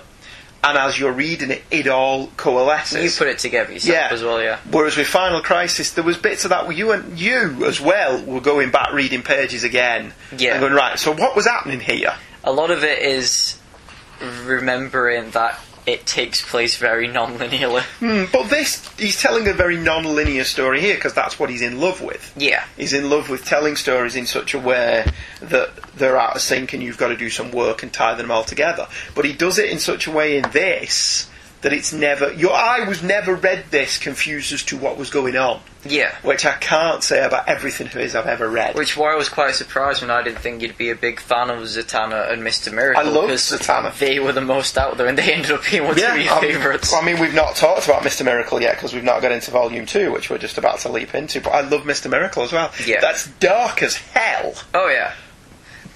[SPEAKER 3] And as you're reading it, it all coalesces.
[SPEAKER 5] you put it together yourself
[SPEAKER 3] Yeah.
[SPEAKER 5] as well. Yeah,
[SPEAKER 3] Whereas with Final Crisis, there was bits of that where you and you as well were going back reading pages again
[SPEAKER 5] Yeah.
[SPEAKER 3] and going right. So what was happening here?
[SPEAKER 5] a lot of it is remembering that it takes place very non-linearly.
[SPEAKER 3] Hmm, but this he's telling a very non-linear story here because that's what he's in love with.
[SPEAKER 5] yeah,
[SPEAKER 3] He's in love with telling stories in such a way that they're out of sync and you've got to do some work and tie them all together. But he does it in such a way in this that it's never your eye was never read this confused as to what was going on,
[SPEAKER 5] yeah.
[SPEAKER 3] which I can't say about everything of his I've ever read.
[SPEAKER 5] Which why I was quite surprised when I didn't think you'd be a big fan of Zatanna and Mr. Miracle.
[SPEAKER 3] I love
[SPEAKER 5] 'cause
[SPEAKER 3] Zatanna.
[SPEAKER 5] They were the most out there, and they ended up being one of your
[SPEAKER 3] um,
[SPEAKER 5] favourites.
[SPEAKER 3] I mean, we've not talked about Mr. Miracle yet because we've not got into Volume 2, which we're just about to leap into, but I love Mr. Miracle as well.
[SPEAKER 5] Yeah.
[SPEAKER 3] That's dark as hell.
[SPEAKER 5] oh yeah,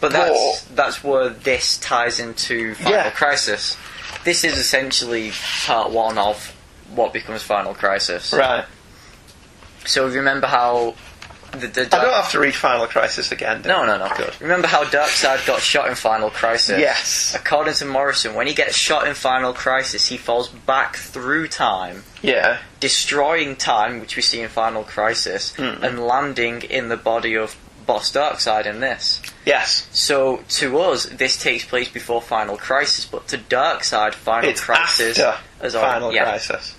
[SPEAKER 5] but that's that's where this ties into Final
[SPEAKER 3] Yeah.
[SPEAKER 5] Crisis. This is essentially part one of what becomes Final Crisis.
[SPEAKER 3] Right.
[SPEAKER 5] So remember how the, the
[SPEAKER 3] I don't
[SPEAKER 5] dark,
[SPEAKER 3] have to read Final Crisis again, do
[SPEAKER 5] no
[SPEAKER 3] I?
[SPEAKER 5] no no
[SPEAKER 3] Good.
[SPEAKER 5] remember how Darkseid got shot in Final Crisis.
[SPEAKER 3] Yes.
[SPEAKER 5] According to Morrison, when he gets shot in Final Crisis, he falls back through time
[SPEAKER 3] Yeah.
[SPEAKER 5] destroying time, which we see in Final Crisis,
[SPEAKER 3] Hmm.
[SPEAKER 5] and landing in the body of Boss Darkseid in this.
[SPEAKER 3] Yes.
[SPEAKER 5] So to us, this takes place before Final Crisis, but to Darkseid, Final
[SPEAKER 3] it's
[SPEAKER 5] Crisis
[SPEAKER 3] after
[SPEAKER 5] as our-
[SPEAKER 3] Final
[SPEAKER 5] yeah,
[SPEAKER 3] Crisis.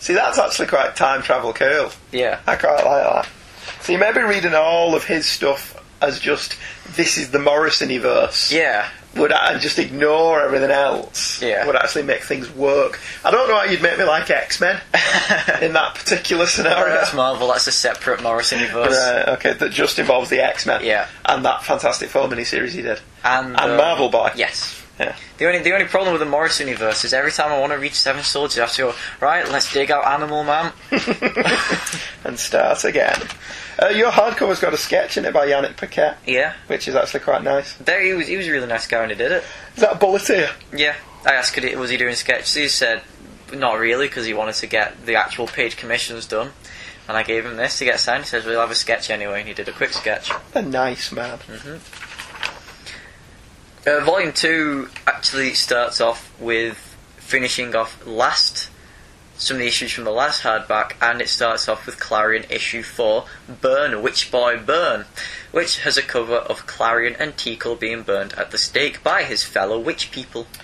[SPEAKER 3] See, that's actually quite time travel cool.
[SPEAKER 5] Yeah,
[SPEAKER 3] I quite like that. So you may be reading all of his stuff as just this is the Morrison verse.
[SPEAKER 5] yeah.
[SPEAKER 3] would I just ignore everything else.
[SPEAKER 5] Yeah.
[SPEAKER 3] Would actually make things work. I don't know how you'd make me like X Men in that particular scenario.
[SPEAKER 5] That's Marvel. That's a separate Morrison universe.
[SPEAKER 3] Oh, Right, okay, that just involves the X Men.
[SPEAKER 5] Yeah.
[SPEAKER 3] And that Fantastic Four miniseries he did.
[SPEAKER 5] And,
[SPEAKER 3] And
[SPEAKER 5] uh,
[SPEAKER 3] Marvel Boy.
[SPEAKER 5] Yes.
[SPEAKER 3] Yeah.
[SPEAKER 5] The only the only problem with the Morrison universe is every time I want to reach Seven Soldiers, I have to go right. Let's dig out Animal Man.
[SPEAKER 3] and start again. Uh, your hardcover's got a sketch in it by Yannick Paquette,
[SPEAKER 5] Yeah.
[SPEAKER 3] which is actually quite nice.
[SPEAKER 5] There he was. He was a really nice guy when he did it.
[SPEAKER 3] Is that a bullet here?
[SPEAKER 5] Yeah. I asked, could he, was he doing sketches? He said, not really, because he wanted to get the actual page commissions done. And I gave him this to get signed. He says, we'll have a sketch anyway, and he did a quick sketch.
[SPEAKER 3] A nice man.
[SPEAKER 5] Uh, volume 2 actually starts off with finishing off last some of the issues from the last hardback, and it starts off with Clarion issue 4 Burn, Witch Boy Burn, which has a cover of Clarion and Tico being burned at the stake by his fellow witch people.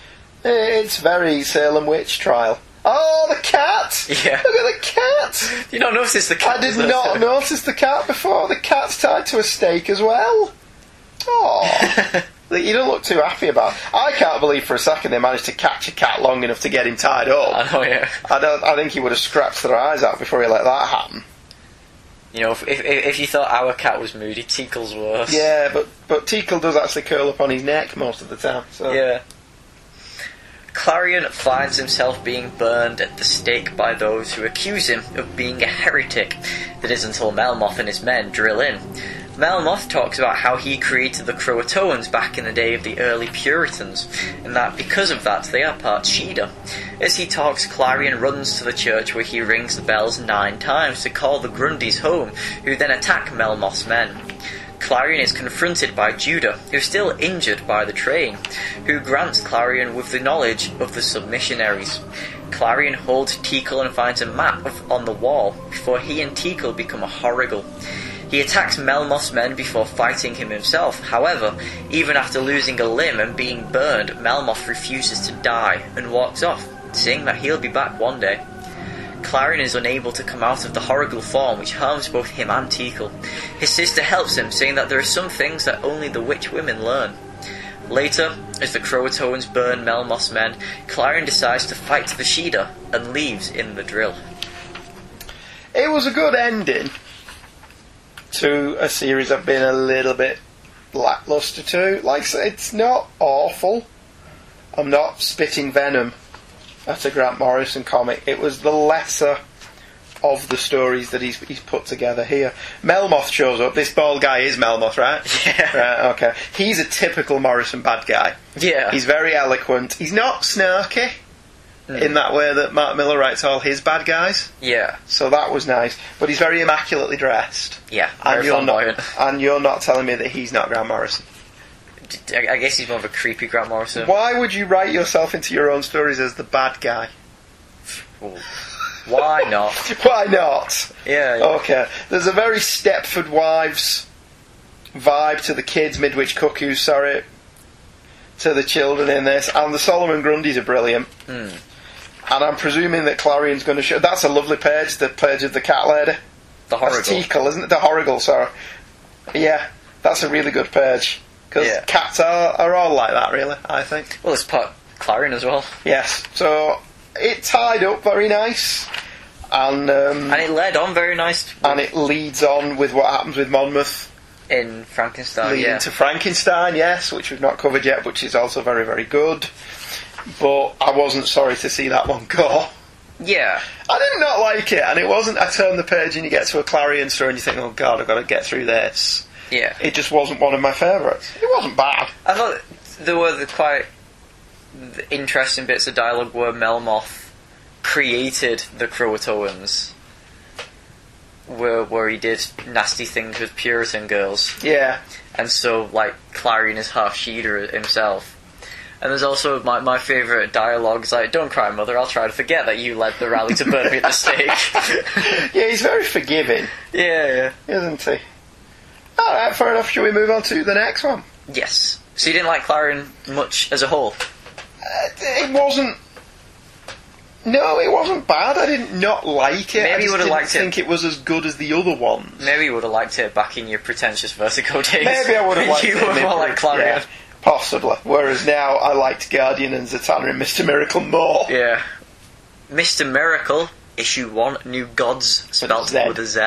[SPEAKER 3] It's very Salem witch trial. Oh, the cat!
[SPEAKER 5] Yeah.
[SPEAKER 3] Look at the cat!
[SPEAKER 5] You don't notice the
[SPEAKER 3] I did not notice the cat before. The cat's tied to a stake as well. Oh, you don't look too happy about. It. I can't believe for a second they managed to catch a cat long enough to get him tied up.
[SPEAKER 5] I know, Oh, yeah.
[SPEAKER 3] I don't. I think he would have scratched their eyes out before he let that happen.
[SPEAKER 5] You know, if, if, if you thought our cat was moody, Tico's worse.
[SPEAKER 3] Yeah, but but Tickle does actually curl up on his neck most of the time. So
[SPEAKER 5] Yeah. Clarion finds himself being burned at the stake by those who accuse him of being a heretic. That is until Melmoth and his men drill in. Melmoth talks about how he created the Croatoans back in the day of the early Puritans, and that because of that they are part Shida. As he talks, Clarion runs to the church where he rings the bells nine times to call the Grundys home, who then attack Melmoth's men. Clarion is confronted by Judah, who's still injured by the train, who grants Clarion with the knowledge of the submissionaries. Clarion holds Tikal and finds a map of, on the wall before he and Tikal become a horrigal. He attacks Melmoth's men before fighting him himself. However, even after losing a limb and being burned, Melmoth refuses to die and walks off, saying that he'll be back one day. Clarion is unable to come out of the horrible form which harms both him and Tikal. His sister helps him, saying that there are some things that only the witch women learn. Later, as the Croatoans burn Melmoth's men, Clarion decides to fight the Shida and leaves in the drill.
[SPEAKER 3] it was a good ending to a series I've been a little bit lackluster to. Like I say, it's not awful. I'm not spitting venom at a Grant Morrison comic. It was the lesser of the stories that he's he's put together here. Melmoth shows up. This bald guy is Melmoth, right?
[SPEAKER 5] Yeah.
[SPEAKER 3] Right, okay. He's a typical Morrison bad guy.
[SPEAKER 5] Yeah.
[SPEAKER 3] He's very eloquent. He's not snarky in that way that Mark Miller writes all his bad guys.
[SPEAKER 5] yeah.
[SPEAKER 3] So that was nice. But he's very immaculately dressed.
[SPEAKER 5] Yeah.
[SPEAKER 3] And
[SPEAKER 5] very
[SPEAKER 3] you're, not,
[SPEAKER 5] flamboyant.
[SPEAKER 3] and you're not telling me that he's not Grant Morrison.
[SPEAKER 5] I I guess he's more of a creepy Grant Morrison.
[SPEAKER 3] Why would you write yourself into your own stories as the bad guy?
[SPEAKER 5] Why not?
[SPEAKER 3] Why not?
[SPEAKER 5] Yeah.
[SPEAKER 3] Okay. There's a very Stepford Wives vibe to the kids, Midwich Cuckoos, sorry, to the children in this. And the Solomon Grundys are brilliant.
[SPEAKER 5] Hmm.
[SPEAKER 3] And I'm presuming that Clarion's going to show. That's a lovely page, the page of the cat lady.
[SPEAKER 5] The
[SPEAKER 3] That's
[SPEAKER 5] horrible.
[SPEAKER 3] Teakle, isn't it? The Horrigal, sorry. Yeah, that's a really good page. Because
[SPEAKER 5] Yeah.
[SPEAKER 3] cats are, are all like that, really, I think.
[SPEAKER 5] Well, it's part Clarion as well.
[SPEAKER 3] Yes, so it tied up very nice. And, um,
[SPEAKER 5] And it led on very nice
[SPEAKER 3] and it leads on with what happens with Monmouth.
[SPEAKER 5] in Frankenstein.
[SPEAKER 3] leading
[SPEAKER 5] Oh, Yeah.
[SPEAKER 3] to Frankenstein, yes, which we've not covered yet, which is also very, very good. But I wasn't sorry to see that one go.
[SPEAKER 5] yeah.
[SPEAKER 3] I did not like it, and it wasn't. I turn the page and you get to a Clarion story and you think, oh god, I've got to get through this.
[SPEAKER 5] Yeah.
[SPEAKER 3] It just wasn't one of my favourites. It wasn't bad.
[SPEAKER 5] I thought there were the quite interesting bits of dialogue where Melmoth created the Croatoans, where where he did nasty things with Puritan girls,
[SPEAKER 3] Yeah,
[SPEAKER 5] and so like Clarion is half Sheeder himself. And there's also my, my favourite dialogue is like, "Don't cry, mother. I'll try to forget that you led the rally to burn me at the stake."
[SPEAKER 3] yeah, he's very forgiving,
[SPEAKER 5] yeah, yeah.
[SPEAKER 3] isn't he? All right, fair enough. Shall we move on to the next one?
[SPEAKER 5] Yes. So you didn't like Clarion much as a whole.
[SPEAKER 3] Uh, it wasn't. No, it wasn't bad. I didn't not like it.
[SPEAKER 5] Maybe
[SPEAKER 3] I
[SPEAKER 5] you
[SPEAKER 3] just
[SPEAKER 5] would've
[SPEAKER 3] didn't
[SPEAKER 5] liked it.
[SPEAKER 3] think it was as good as the other ones.
[SPEAKER 5] Maybe you would have liked it back in your pretentious vertigo days.
[SPEAKER 3] Maybe I would have liked it.
[SPEAKER 5] you were more
[SPEAKER 3] Maybe.
[SPEAKER 5] like Clarion.
[SPEAKER 3] Yeah. Possibly. Whereas now I liked Guardian and Zatanna and Mr. Miracle more.
[SPEAKER 5] Yeah. Mr. Miracle, issue one, New Gods, spelt
[SPEAKER 3] Z.
[SPEAKER 5] with a Z,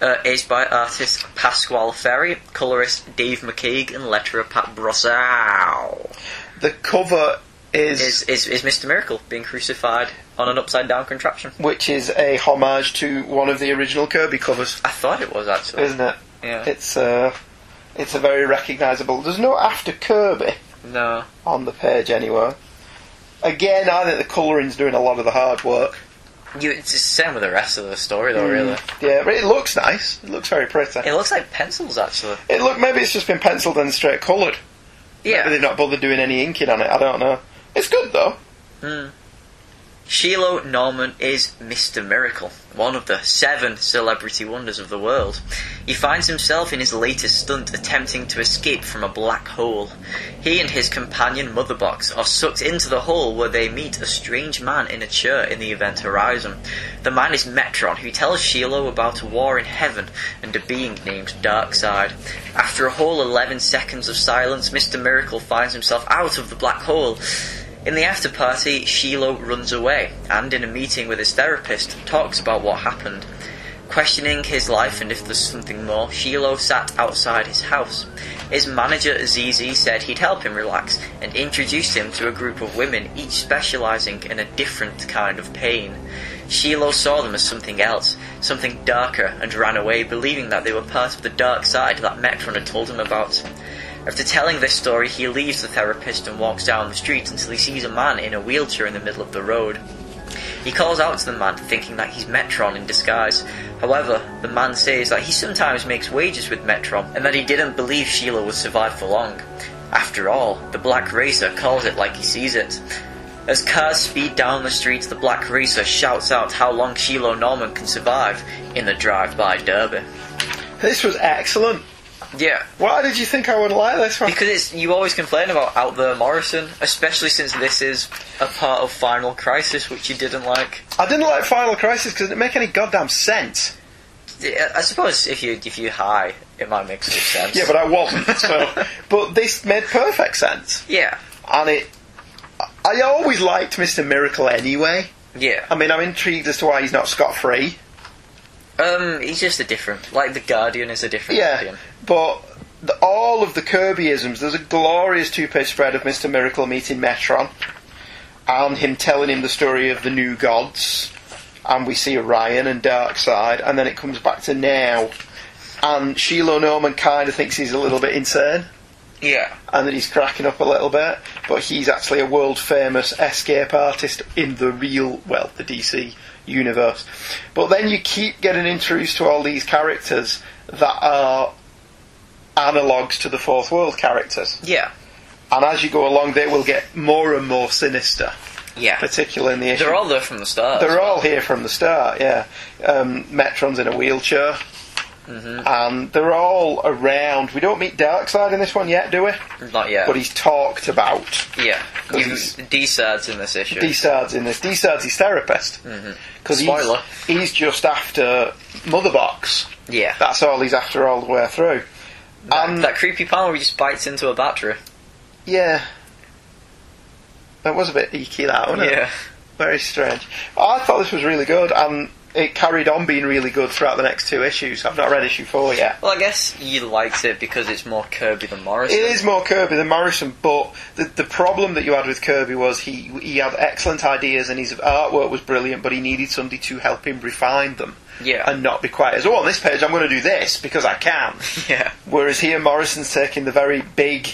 [SPEAKER 5] uh, is by artist Pasquale Ferry, colorist Dave McKeague, and letterer Pat Brossow.
[SPEAKER 3] The cover is,
[SPEAKER 5] Is, is is Mr. Miracle being crucified on an upside down contraption?
[SPEAKER 3] which is a homage to one of the original Kirby covers,
[SPEAKER 5] I thought it was actually.
[SPEAKER 3] isn't it?
[SPEAKER 5] Yeah.
[SPEAKER 3] It's uh, it's a very recognisable. There's no after Kirby
[SPEAKER 5] no.
[SPEAKER 3] on the page anywhere. Again, I think the colouring's doing a lot of the hard work.
[SPEAKER 5] You, it's the same with the rest of the story
[SPEAKER 3] Hmm.
[SPEAKER 5] though, Oh, really.
[SPEAKER 3] Yeah, but it looks nice. It looks very pretty.
[SPEAKER 5] It looks like pencils actually.
[SPEAKER 3] It look maybe it's just been penciled and straight coloured. Maybe they've not bothered doing any inking on it. I don't know. It's good though.
[SPEAKER 5] Shiloh Norman is Mr. Miracle, one of the seven celebrity wonders of the world. He finds himself in his latest stunt attempting to escape from a black hole. He and his companion Motherbox are sucked into the hole where they meet a strange man in a chair in the event horizon. The man is Metron, who tells Shiloh about a war in heaven and a being named Darkseid. After a whole 11 seconds of silence, Mr. Miracle finds himself out of the black hole. In the after party, Shiloh runs away and, in a meeting with his therapist, talks about what happened. Questioning his life and if there's something more, Shiloh sat outside his house. His manager, Zizi, said he'd help him relax and introduced him to a group of women, each specializing in a different kind of pain. Shiloh saw them as something else, something darker, and ran away, believing that they were part of the dark side that Metron had told him about. After telling this story, he leaves the therapist and walks down the street until he sees a man in a wheelchair in the middle of the road. He calls out to the man, thinking that he's Metron in disguise. However, the man says that he sometimes makes wages with Metron and that he didn't believe Sheila would survive for long. After all, the Black Racer calls it like he sees it. As cars speed down the streets, the Black Racer shouts out how long Shiloh Norman can survive in the drive-by derby.
[SPEAKER 3] This was excellent.
[SPEAKER 5] Yeah,
[SPEAKER 3] Why did you think I would like this one?
[SPEAKER 5] Because it's you always complain about out there Morrison, especially since this is a part of Final Crisis, which you didn't like.
[SPEAKER 3] I didn't like Final Crisis because it didn't make any goddamn sense.
[SPEAKER 5] I I suppose if you if you high, it might make some sense.
[SPEAKER 3] Yeah, but I wasn't. So, but this made perfect sense,
[SPEAKER 5] yeah,
[SPEAKER 3] and it. I always liked Mr. Miracle anyway.
[SPEAKER 5] yeah.
[SPEAKER 3] I mean, I'm intrigued as to why he's not scot free.
[SPEAKER 5] Um, he's just a different. Like the Guardian is a different.
[SPEAKER 3] Yeah,
[SPEAKER 5] Guardian.
[SPEAKER 3] but the, all of the Kirbyisms. There's a glorious two-page spread of Mr. Miracle meeting Metron, and him telling him the story of the new gods, and we see Orion and Darkseid, and then it comes back to now, and Shiloh Norman kind of thinks he's a little bit insane.
[SPEAKER 5] Yeah.
[SPEAKER 3] and that he's cracking up a little bit, but he's actually a world famous escape artist in the real, well, the DC universe. But then you keep getting introduced to all these characters that are analogues to the Fourth World characters.
[SPEAKER 5] Yeah.
[SPEAKER 3] And as you go along, they will get more and more sinister,
[SPEAKER 5] Yeah.
[SPEAKER 3] particularly in the issue.
[SPEAKER 5] They're all there from the start.
[SPEAKER 3] They're all here from the start, yeah. Um, Metron's in a wheelchair.
[SPEAKER 5] Mm-hmm.
[SPEAKER 3] And they're all around. We don't meet Darkseid in this one yet, do we?
[SPEAKER 5] Not yet.
[SPEAKER 3] But he's talked about.
[SPEAKER 5] yeah.
[SPEAKER 3] 'Cause
[SPEAKER 5] You,
[SPEAKER 3] he's-
[SPEAKER 5] D-Sad's in this issue.
[SPEAKER 3] Desard's in this. Desard's his therapist. Because
[SPEAKER 5] Mm-hmm. Spoiler.
[SPEAKER 3] he's, he's just after Motherbox.
[SPEAKER 5] yeah. That,
[SPEAKER 3] That's all he's after all the way through. um,
[SPEAKER 5] that creepy panel where he just bites into a battery.
[SPEAKER 3] Yeah. That was a bit eeky, that, wasn't it?
[SPEAKER 5] Yeah.
[SPEAKER 3] Very strange. I thought this was really good, and it carried on being really good throughout the next two issues. I've not read issue four yet.
[SPEAKER 5] Well, I guess you liked it because it's more Kirby than Morrison.
[SPEAKER 3] It is more Kirby than Morrison, but the, the problem that you had with Kirby was he he had excellent ideas and his artwork was brilliant, but he needed somebody to help him refine them.
[SPEAKER 5] Yeah.
[SPEAKER 3] And not be quite as, oh, on this page I'm going to do this because I can.
[SPEAKER 5] Yeah.
[SPEAKER 3] Whereas here Morrison's taking the very big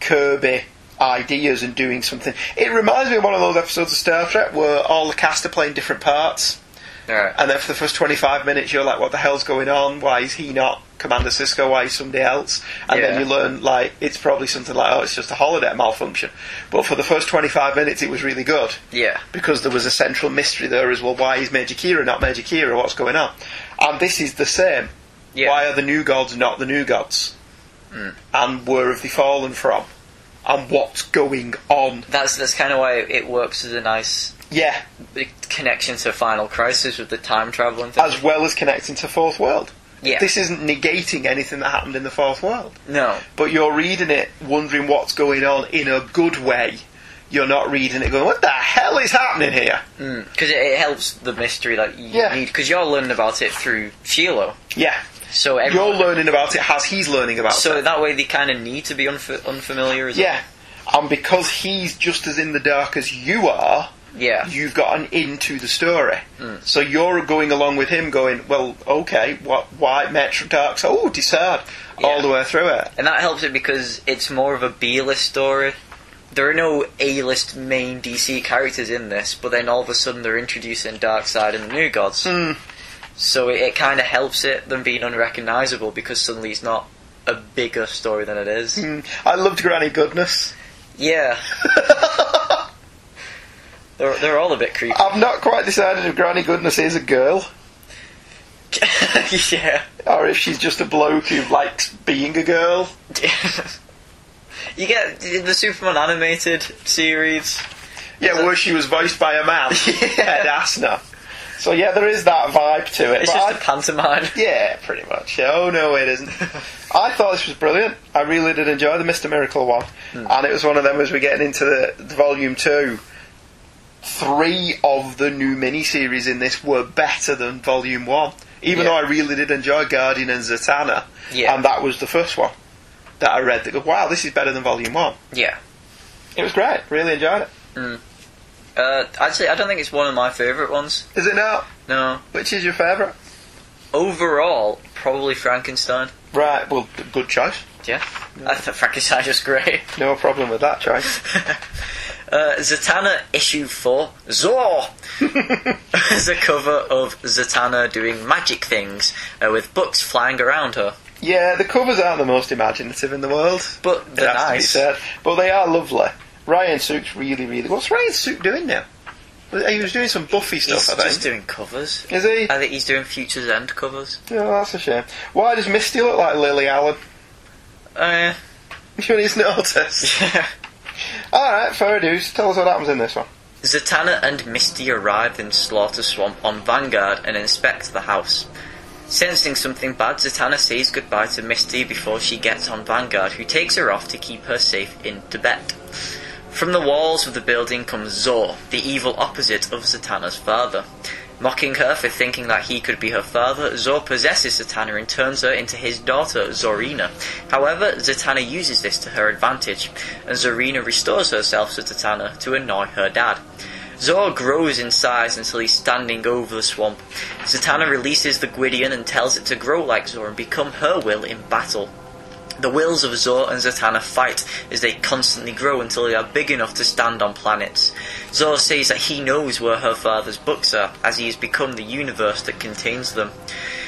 [SPEAKER 3] Kirby ideas and doing something. It reminds me of one of those episodes of Star Trek where all the cast are playing different parts,
[SPEAKER 5] Alright.
[SPEAKER 3] and then for the first 25 minutes you're like, what the hell's going on? Why is he not Commander Cisco? Why is somebody else? And
[SPEAKER 5] Yeah.
[SPEAKER 3] then you learn, like, it's probably something like, oh, it's just a holodeck malfunction. But for the first 25 minutes it was really good
[SPEAKER 5] Yeah.
[SPEAKER 3] because there was a central mystery there as well. Why is Major Kira not Major Kira? What's going on? And this is the same.
[SPEAKER 5] Yeah. Hmm.
[SPEAKER 3] Why are the new gods not the new gods? And where have they fallen from? And what's going on?
[SPEAKER 5] That's that's kind of why it works as a nice
[SPEAKER 3] Yeah,
[SPEAKER 5] connection to Final Crisis with the time traveling thing.
[SPEAKER 3] as well as connecting to Fourth World.
[SPEAKER 5] Yeah.
[SPEAKER 3] This isn't negating anything that happened in the fourth world,
[SPEAKER 5] no.
[SPEAKER 3] but you're reading it wondering what's going on in a good way. You're not reading it going, what the hell is happening here?
[SPEAKER 5] Because Mm. it, it helps the mystery that you
[SPEAKER 3] Yeah.
[SPEAKER 5] need. Because you're learning about it through Shiloh.
[SPEAKER 3] Yeah,
[SPEAKER 5] So
[SPEAKER 3] you're
[SPEAKER 5] everyone,
[SPEAKER 3] learning about it as he's learning about
[SPEAKER 5] so
[SPEAKER 3] it.
[SPEAKER 5] that way they kind of need to be unf- unfamiliar as
[SPEAKER 3] Yeah, and because he's just as in the dark as you are,
[SPEAKER 5] well. Yeah.
[SPEAKER 3] you've gotten into the story. So you're going along with him, going, well, okay, what, why Metro Dark? So, oh, Dissard, all
[SPEAKER 5] Yeah.
[SPEAKER 3] the way through it.
[SPEAKER 5] And that helps it because it's more of a B-list story. There are no A-list main DC characters in this, but then all of a sudden they're introducing Darkseid and the New Gods.
[SPEAKER 3] Hmm.
[SPEAKER 5] So it, it kind of helps it them being unrecognizable because suddenly it's not a bigger story than it is.
[SPEAKER 3] Mm. I loved Granny Goodness.
[SPEAKER 5] Yeah. they're, they're all a bit creepy.
[SPEAKER 3] I've not quite decided if Granny Goodness is a girl
[SPEAKER 5] yeah.
[SPEAKER 3] or if she's just a bloke who likes being a girl.
[SPEAKER 5] you get the Superman animated series.
[SPEAKER 3] Yeah, where she was voiced by a man, Ed Asner. So yeah, there is that vibe to it.
[SPEAKER 5] It's
[SPEAKER 3] but
[SPEAKER 5] just
[SPEAKER 3] I-
[SPEAKER 5] a pantomime.
[SPEAKER 3] Yeah, pretty much. Yeah, Oh no, it isn't. I thought this was brilliant. I really did enjoy the Mister Miracle one,
[SPEAKER 5] Hmm.
[SPEAKER 3] and it was one of them as we're getting into the, the volume two. Three of the new miniseries in this were better than volume one, even
[SPEAKER 5] Yeah.
[SPEAKER 3] though I really did enjoy Guardian and Zatanna,
[SPEAKER 5] Yeah.
[SPEAKER 3] and that was the first one that I read. That go, wow, this is better than volume one.
[SPEAKER 5] Yeah.
[SPEAKER 3] It was great. Really enjoyed it.
[SPEAKER 5] Uh, actually, I don't think it's one of my favourite ones.
[SPEAKER 3] Is it now?
[SPEAKER 5] No.
[SPEAKER 3] Which is your favourite?
[SPEAKER 5] Overall, probably Frankenstein.
[SPEAKER 3] Right. Well, g- good choice.
[SPEAKER 5] Yeah. I thought Frankenstein was great.
[SPEAKER 3] No problem with that choice.
[SPEAKER 5] Uh, Zatanna issue 4, Zor! is a cover of Zatanna doing magic things uh, with books flying around her.
[SPEAKER 3] Yeah, the covers aren't the most imaginative in the world.
[SPEAKER 5] But
[SPEAKER 3] It
[SPEAKER 5] they're
[SPEAKER 3] has to be
[SPEAKER 5] nice.
[SPEAKER 3] said. But they are lovely. Ryan Sook's really, really. What's Ryan Sook doing now? He was doing some Buffy stuff,
[SPEAKER 5] He's
[SPEAKER 3] I
[SPEAKER 5] just
[SPEAKER 3] think.
[SPEAKER 5] doing covers.
[SPEAKER 3] Is he?
[SPEAKER 5] I think he's doing Future's End covers.
[SPEAKER 3] Oh, that's a shame. Why does Misty look like Lily Allen? Oh,
[SPEAKER 5] Uh,
[SPEAKER 3] You need to notice.
[SPEAKER 5] yeah.
[SPEAKER 3] All right, fair dues. Tell us what happens in this one.
[SPEAKER 5] Zatanna and Misty arrive in Slaughter Swamp on Vanguard and inspect the house. Sensing something bad, Zatanna says goodbye to Misty before she gets on Vanguard, who takes her off to keep her safe in Tibet. From the walls of the building comes Zor, the evil opposite of Zatanna's father. Mocking her for thinking that he could be her father, Zor possesses Zatanna and turns her into his daughter, Zorina. However, Zatanna uses this to her advantage, and Zorina restores herself to Zatanna to annoy her dad. Zor grows in size until he's standing over the swamp. Zatanna releases the Gwydion and tells it to grow like Zor and become her will in battle. The wills of Zor and Zatanna fight as they constantly grow until they are big enough to stand on planets. Zor says that he knows where her father's books are, as he has become the universe that contains them.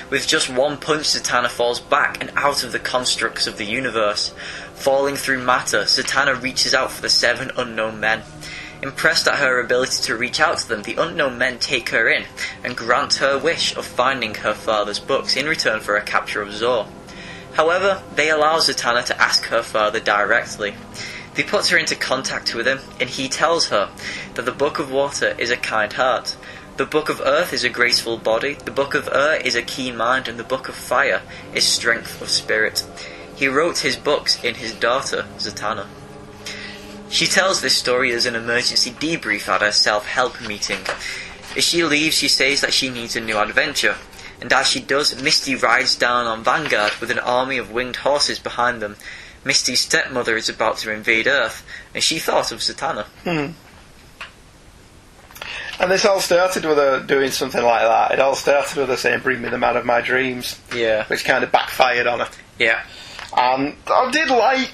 [SPEAKER 5] With just one punch, Zatanna falls back and out of the constructs of the universe. Falling through matter, Zatanna reaches out for the seven unknown men. Impressed at her ability to reach out to them, the unknown men take her in and grant her wish of finding her father's books in return for a capture of Zor. However, they allow Zatanna to ask her father directly. They put her into contact with him, and he tells her that the Book of Water is a kind heart, the Book of Earth is a graceful body, the Book of Air is a keen mind, and the Book of Fire is strength of spirit. He wrote his books in his daughter, Zatanna. She tells this story as an emergency debrief at her self help meeting. As she leaves, she says that she needs a new adventure. And as she does, Misty rides down on Vanguard with an army of winged horses behind them. Misty's stepmother is about to invade Earth, and she thought of Zatanna.
[SPEAKER 3] And this all started with her doing something like that. It all started with her saying, "Bring me the man of my dreams,"
[SPEAKER 5] Yeah.
[SPEAKER 3] which kind of backfired on her.
[SPEAKER 5] Yeah.
[SPEAKER 3] And Um, I did like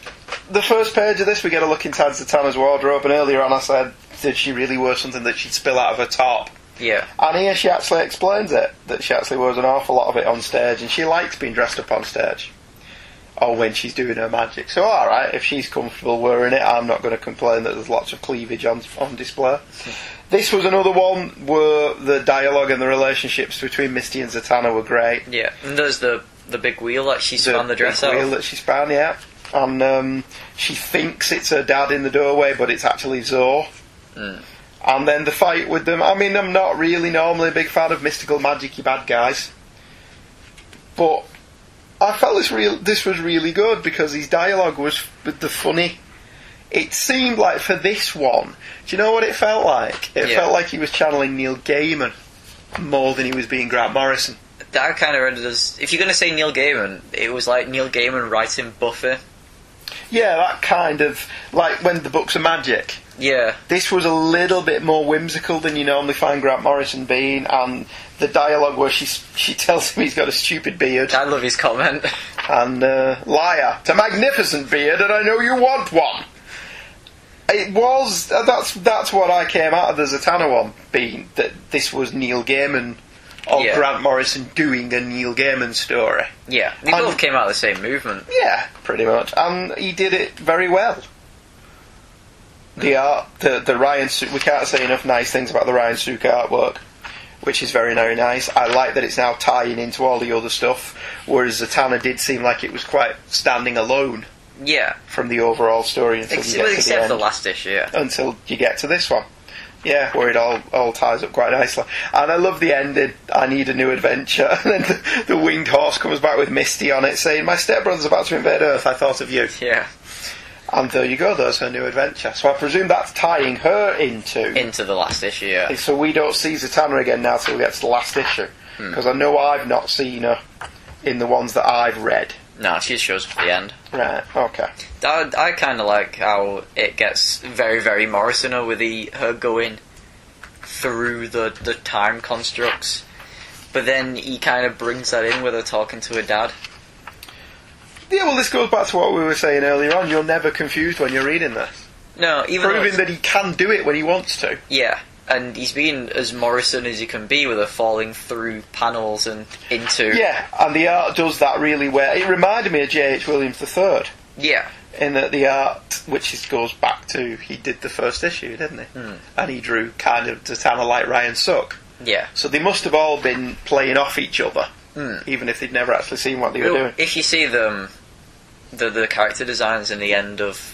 [SPEAKER 3] the first page of this. We get a look inside Zatanna's wardrobe, and earlier on I said, did she really wear something that she'd spill out of her top?
[SPEAKER 5] Yeah.
[SPEAKER 3] And here she actually explains it, that she actually wears an awful lot of it on stage, and she likes being dressed up on stage. Or when she's doing her magic. So, alright, if she's comfortable wearing it, I'm not going to complain that there's lots of cleavage on, on display. This was another one where the dialogue and the relationships between Misty and Zatanna were great
[SPEAKER 5] Yeah. And there's the, the big wheel that she spun the, dress
[SPEAKER 3] big
[SPEAKER 5] out
[SPEAKER 3] wheel
[SPEAKER 5] of.
[SPEAKER 3] that she span, yeah. And um, she thinks it's her dad in the doorway, but it's actually Zor.
[SPEAKER 5] Hmm.
[SPEAKER 3] And then the fight with them. I mean, I'm not really normally a big fan of mystical, magic bad guys. But I felt this real. This was really good because his dialogue was with the funny. It seemed like for this one, do you know what it felt like? It
[SPEAKER 5] Yeah.
[SPEAKER 3] felt like he was channeling Neil Gaiman more than he was being Grant Morrison.
[SPEAKER 5] That kind of read it as if you're going to say Neil Gaiman, it was like Neil Gaiman writing Buffy.
[SPEAKER 3] Yeah, that kind of like when the books are magic.
[SPEAKER 5] Yeah,
[SPEAKER 3] This was a little bit more whimsical than you normally find Grant Morrison being, and the dialogue where she she tells him he's got a stupid beard
[SPEAKER 5] I love his comment.
[SPEAKER 3] and uh, liar. It's a magnificent beard, and I know you want one. It was uh, that's that's what I came out of the Zatanna one being that this was Neil Gaiman or
[SPEAKER 5] Yeah.
[SPEAKER 3] Grant Morrison doing a Neil Gaiman story.
[SPEAKER 5] yeah, they
[SPEAKER 3] I'm-
[SPEAKER 5] both came out of the same movement.
[SPEAKER 3] Yeah, pretty much, and he did it very well. The art, the the Ryan, Su- we can't say enough nice things about the Ryan Suk artwork, which is very very nice. I like that it's now tying into all the other stuff, whereas Zatanna did seem like it was quite standing alone
[SPEAKER 5] Yeah,
[SPEAKER 3] from the overall story until
[SPEAKER 5] ex-
[SPEAKER 3] you get
[SPEAKER 5] well,
[SPEAKER 3] to the
[SPEAKER 5] except
[SPEAKER 3] end
[SPEAKER 5] the last issue. Yeah,
[SPEAKER 3] until you get to this one. Yeah, where it all, all ties up quite nicely. And I love the ending, I need a new adventure. And then the, the winged horse comes back with Misty on it saying, My stepbrother's about to invade Earth, I thought of you.
[SPEAKER 5] yeah,
[SPEAKER 3] And there you go, there's her new adventure. So I presume that's tying her into.
[SPEAKER 5] into the last issue. Yeah,
[SPEAKER 3] so we don't see Zatanna again now till we get to the last issue. Because I know I've not seen her in the ones that I've read.
[SPEAKER 5] no, she shows up at the end.
[SPEAKER 3] Right, okay.
[SPEAKER 5] I, I kind of like how it gets very, very Morrisoner with the her going through the, the time constructs, but then he kind of brings that in with her talking to her dad.
[SPEAKER 3] Yeah, well, this goes back to what we were saying earlier on. You're never confused when you're reading this.
[SPEAKER 5] No, even though
[SPEAKER 3] Proving
[SPEAKER 5] it's-
[SPEAKER 3] that he can do it when he wants to.
[SPEAKER 5] yeah, and he's being as Morrison as he can be with her falling through panels and into
[SPEAKER 3] Yeah, and the art does that really well. It reminded me of J.H. Williams III
[SPEAKER 5] yeah,
[SPEAKER 3] in that the art, which is, goes back to he did the first issue, didn't he?
[SPEAKER 5] Hmm.
[SPEAKER 3] And he drew kind of Zatanna like Ryan Suck.
[SPEAKER 5] yeah.
[SPEAKER 3] So they must have all been playing off each other,
[SPEAKER 5] Hmm.
[SPEAKER 3] even if they'd never actually seen what they were doing.
[SPEAKER 5] If you see them, the the character designs in the end of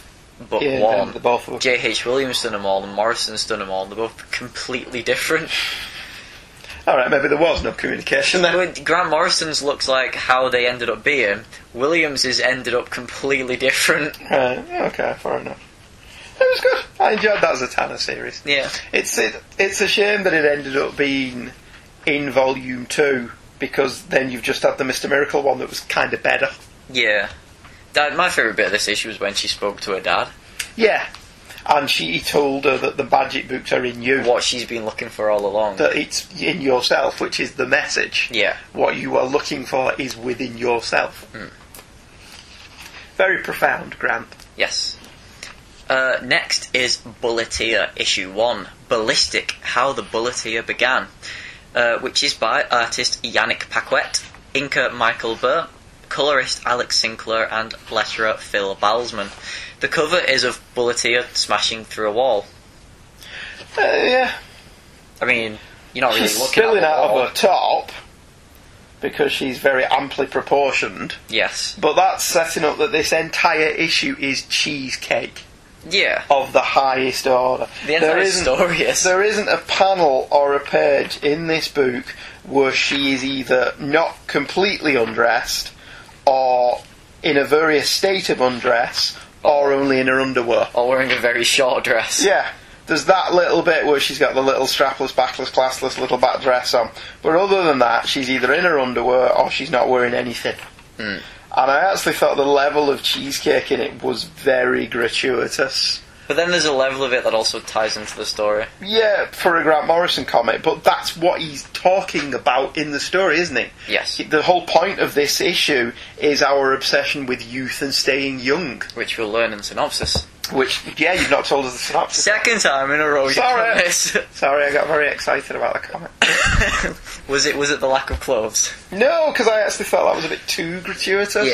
[SPEAKER 5] book
[SPEAKER 3] Yeah,
[SPEAKER 5] one,
[SPEAKER 3] the both of them.
[SPEAKER 5] J.H. Williams done them all and Morrison's done them all. They're both completely different.
[SPEAKER 3] All right, maybe there was no communication there.
[SPEAKER 5] When Grant Morrison's looks like how they ended up being. Williams is ended up completely different.
[SPEAKER 3] Right, Uh, okay, fair enough. It was good. I enjoyed that Zatanna series.
[SPEAKER 5] Yeah,
[SPEAKER 3] It's it, it's a shame that it ended up being in volume two because then you've just had the Mister Miracle one that was kind of better.
[SPEAKER 5] yeah. That, my favourite bit of this issue was when she spoke to her dad.
[SPEAKER 3] Yeah, and she told her that the magic books are in you,
[SPEAKER 5] What she's been looking for all along.
[SPEAKER 3] that it's in yourself, which is the message.
[SPEAKER 5] Yeah,
[SPEAKER 3] What you are looking for is within yourself. Very profound, Grant.
[SPEAKER 5] yes. Uh, next is Bulleteer issue one Ballistic How the Bulleteer Began, uh, which is by artist Yannick Paquette, inker Michael Burr, colorist Alex Sinclair, and letterer Phil Balsman. The cover is of Bulleteer smashing through a wall.
[SPEAKER 3] Uh, yeah,
[SPEAKER 5] I mean, you're not really
[SPEAKER 3] she's
[SPEAKER 5] looking
[SPEAKER 3] spilling
[SPEAKER 5] at the
[SPEAKER 3] out
[SPEAKER 5] wall.
[SPEAKER 3] of her top because she's very amply proportioned.
[SPEAKER 5] Yes.
[SPEAKER 3] But that's setting up that this entire issue is cheesecake
[SPEAKER 5] Yeah.
[SPEAKER 3] of the highest order.
[SPEAKER 5] The entire
[SPEAKER 3] isn't-
[SPEAKER 5] story is.
[SPEAKER 3] There isn't a panel or a page in this book where she is either not completely undressed or in a various state of undress or only in her underwear.
[SPEAKER 5] Or wearing a very short dress.
[SPEAKER 3] Yeah. There's that little bit where she's got the little strapless, backless, classless little back dress on. But other than that, she's either in her underwear or she's not wearing anything.
[SPEAKER 5] Mm.
[SPEAKER 3] And I actually thought the level of cheesecake in it was very gratuitous.
[SPEAKER 5] But then there's a level of it that also ties into the story.
[SPEAKER 3] Yeah, for a Grant Morrison comic, but that's what he's talking about in the story, isn't it?
[SPEAKER 5] Yes.
[SPEAKER 3] The whole point of this issue is our obsession with youth and staying young.
[SPEAKER 5] Which we'll learn in synopsis.
[SPEAKER 3] Which, yeah, you've not told us the synopsis.
[SPEAKER 5] Second time in a row you've done
[SPEAKER 3] Sorry.
[SPEAKER 5] this.
[SPEAKER 3] Sorry, I got very excited about the comic.
[SPEAKER 5] was it was it the lack of clothes?
[SPEAKER 3] No, because I actually felt that was a bit too gratuitous.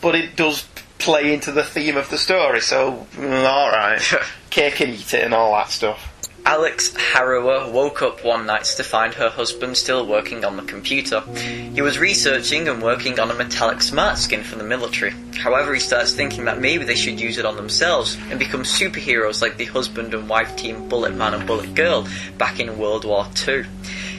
[SPEAKER 3] But it does play into the theme of the story, so mm, all right, cake and eat it and all that stuff.
[SPEAKER 5] Alex Harrower woke up one night to find her husband still working on the computer. He was researching and working on a metallic smart skin for the military. However, he starts thinking that maybe they should use it on themselves and become superheroes like the husband and wife team Bullet Man and Bullet Girl back in World War II.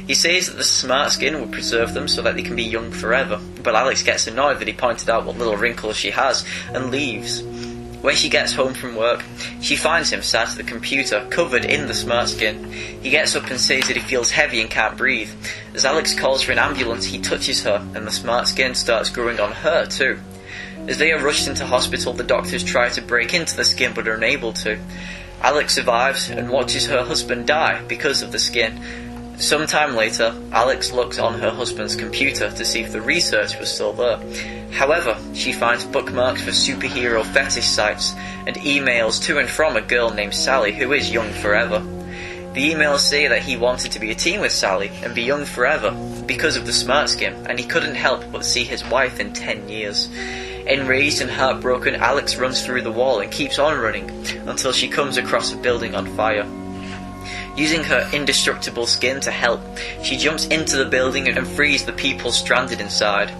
[SPEAKER 5] He says that the smart skin would preserve them so that they can be young forever, but Alex gets annoyed that he pointed out what little wrinkles she has and leaves. When she gets home from work, she finds him sat at the computer, covered in the smart skin. He gets up and says that he feels heavy and can't breathe. As Alex calls for an ambulance, he touches her, and the smart skin starts growing on her too. As they are rushed into hospital, the doctors try to break into the skin but are unable to. Alex survives and watches her husband die because of the skin. Sometime later, Alex looks on her husband's computer to see if the research was still there. However, she finds bookmarks for superhero fetish sites and emails to and from a girl named Sally who is young forever. The emails say that he wanted to be a team with Sally and be young forever because of the smart skin, and he couldn't help but see his wife in 10 years. Enraged and heartbroken, Alex runs through the wall and keeps on running until she comes across a building on fire. Using her indestructible skin to help, she jumps into the building and frees the people stranded inside.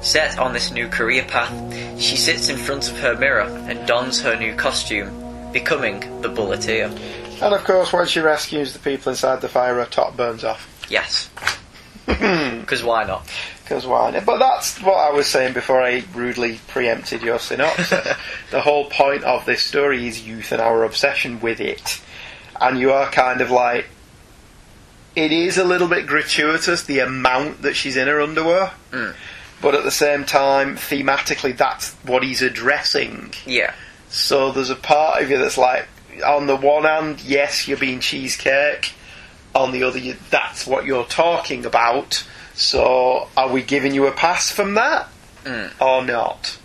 [SPEAKER 5] Set on this new career path, she sits in front of her mirror and dons her new costume, becoming the Bulleteer.
[SPEAKER 3] And of course, when she rescues the people inside the fire, her top burns off.
[SPEAKER 5] Yes. Because why not?
[SPEAKER 3] Because why? not? But that's what I was saying before I rudely preempted your synopsis. the whole point of this story is youth and our obsession with it. And you are kind of like. It is a little bit gratuitous, the amount that she's in her underwear.
[SPEAKER 5] Mm.
[SPEAKER 3] But at the same time, thematically, that's what he's addressing.
[SPEAKER 5] Yeah.
[SPEAKER 3] So there's a part of you that's like, on the one hand, yes, you're being cheesecake. On the other, you, that's what you're talking about. So are we giving you a pass from that
[SPEAKER 5] Mm.
[SPEAKER 3] or not?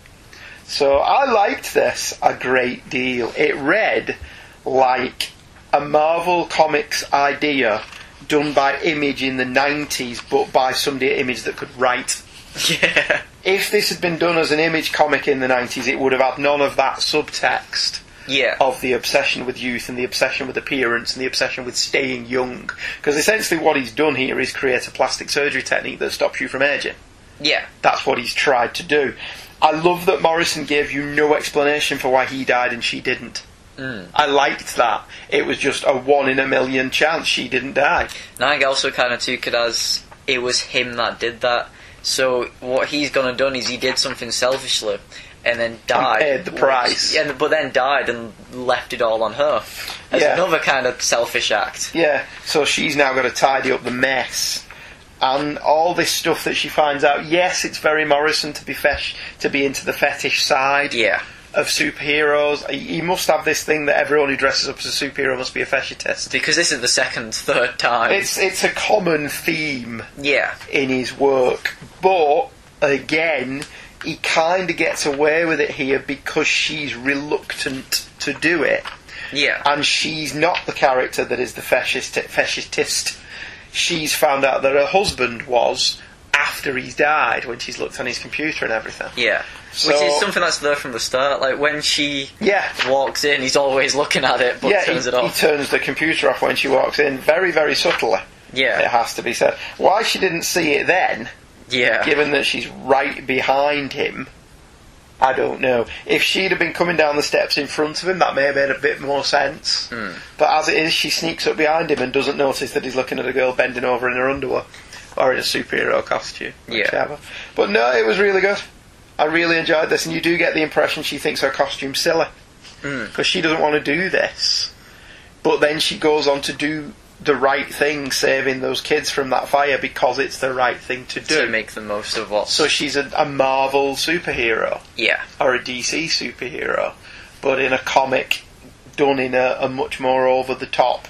[SPEAKER 3] So I liked this a great deal. It read like a Marvel Comics idea done by Image in the 90s, but by somebody at Image that could write
[SPEAKER 5] Yeah.
[SPEAKER 3] if this had been done as an image comic in the 90s, it would have had none of that subtext
[SPEAKER 5] Yeah.
[SPEAKER 3] of the obsession with youth and the obsession with appearance and the obsession with staying young. Because essentially, what he's done here is create a plastic surgery technique that stops you from aging.
[SPEAKER 5] Yeah.
[SPEAKER 3] That's what he's tried to do. I love that Morrison gave you no explanation for why he died and she didn't.
[SPEAKER 5] Mm.
[SPEAKER 3] I liked that. It was just a one in a million chance she didn't die.
[SPEAKER 5] And I think I also kind of took it as it was him that did that. So what he's gonna done is he did something selfishly, and then died.
[SPEAKER 3] paid the price.
[SPEAKER 5] Yeah, but then died and left it all on her. As
[SPEAKER 3] Yeah.
[SPEAKER 5] another kind of selfish act.
[SPEAKER 3] Yeah, so she's now got to tidy up the mess. And all this stuff that she finds out, yes, it's very Morrison to be fesh, to be into the fetish side
[SPEAKER 5] Yeah.
[SPEAKER 3] of superheroes. He he must have this thing that everyone who dresses up as a superhero must be a fetishist.
[SPEAKER 5] Because this is the second, third time.
[SPEAKER 3] It's it's a common theme
[SPEAKER 5] yeah.
[SPEAKER 3] in his work, but again, he kind of gets away with it here because she's reluctant to do it
[SPEAKER 5] Yeah.
[SPEAKER 3] and she's not the character that is the fascist fascistist. She's found out that her husband was after he's died when she's looked on his computer and everything.
[SPEAKER 5] yeah. Which
[SPEAKER 3] So-
[SPEAKER 5] is something that's there from the start. Like when she
[SPEAKER 3] Yeah.
[SPEAKER 5] walks in, he's always looking at it, but
[SPEAKER 3] yeah,
[SPEAKER 5] turns
[SPEAKER 3] he,
[SPEAKER 5] it
[SPEAKER 3] he
[SPEAKER 5] off.
[SPEAKER 3] turns the computer off when she walks in, very, very subtly. It
[SPEAKER 5] yeah.
[SPEAKER 3] has to be said. Why she didn't see it then,
[SPEAKER 5] Yeah.
[SPEAKER 3] given that she's right behind him, I don't know. If she'd have been coming down the steps in front of him, that may have made a bit more sense.
[SPEAKER 5] Hmm.
[SPEAKER 3] But as it is, she sneaks up behind him and doesn't notice that he's looking at a girl bending over in her underwear or in a superhero costume.
[SPEAKER 5] Yeah.
[SPEAKER 3] whichever. But no, it was really good. I really enjoyed this, and you do get the impression she thinks her costume's silly
[SPEAKER 5] Mm.
[SPEAKER 3] because she doesn't want to do this. But then she goes on to do the right thing, saving those kids from that fire because it's the right thing to do.
[SPEAKER 5] To make the most of what's.
[SPEAKER 3] So she's a, a Marvel superhero
[SPEAKER 5] yeah.
[SPEAKER 3] or a DC superhero, but in a comic done in a, a much more over the top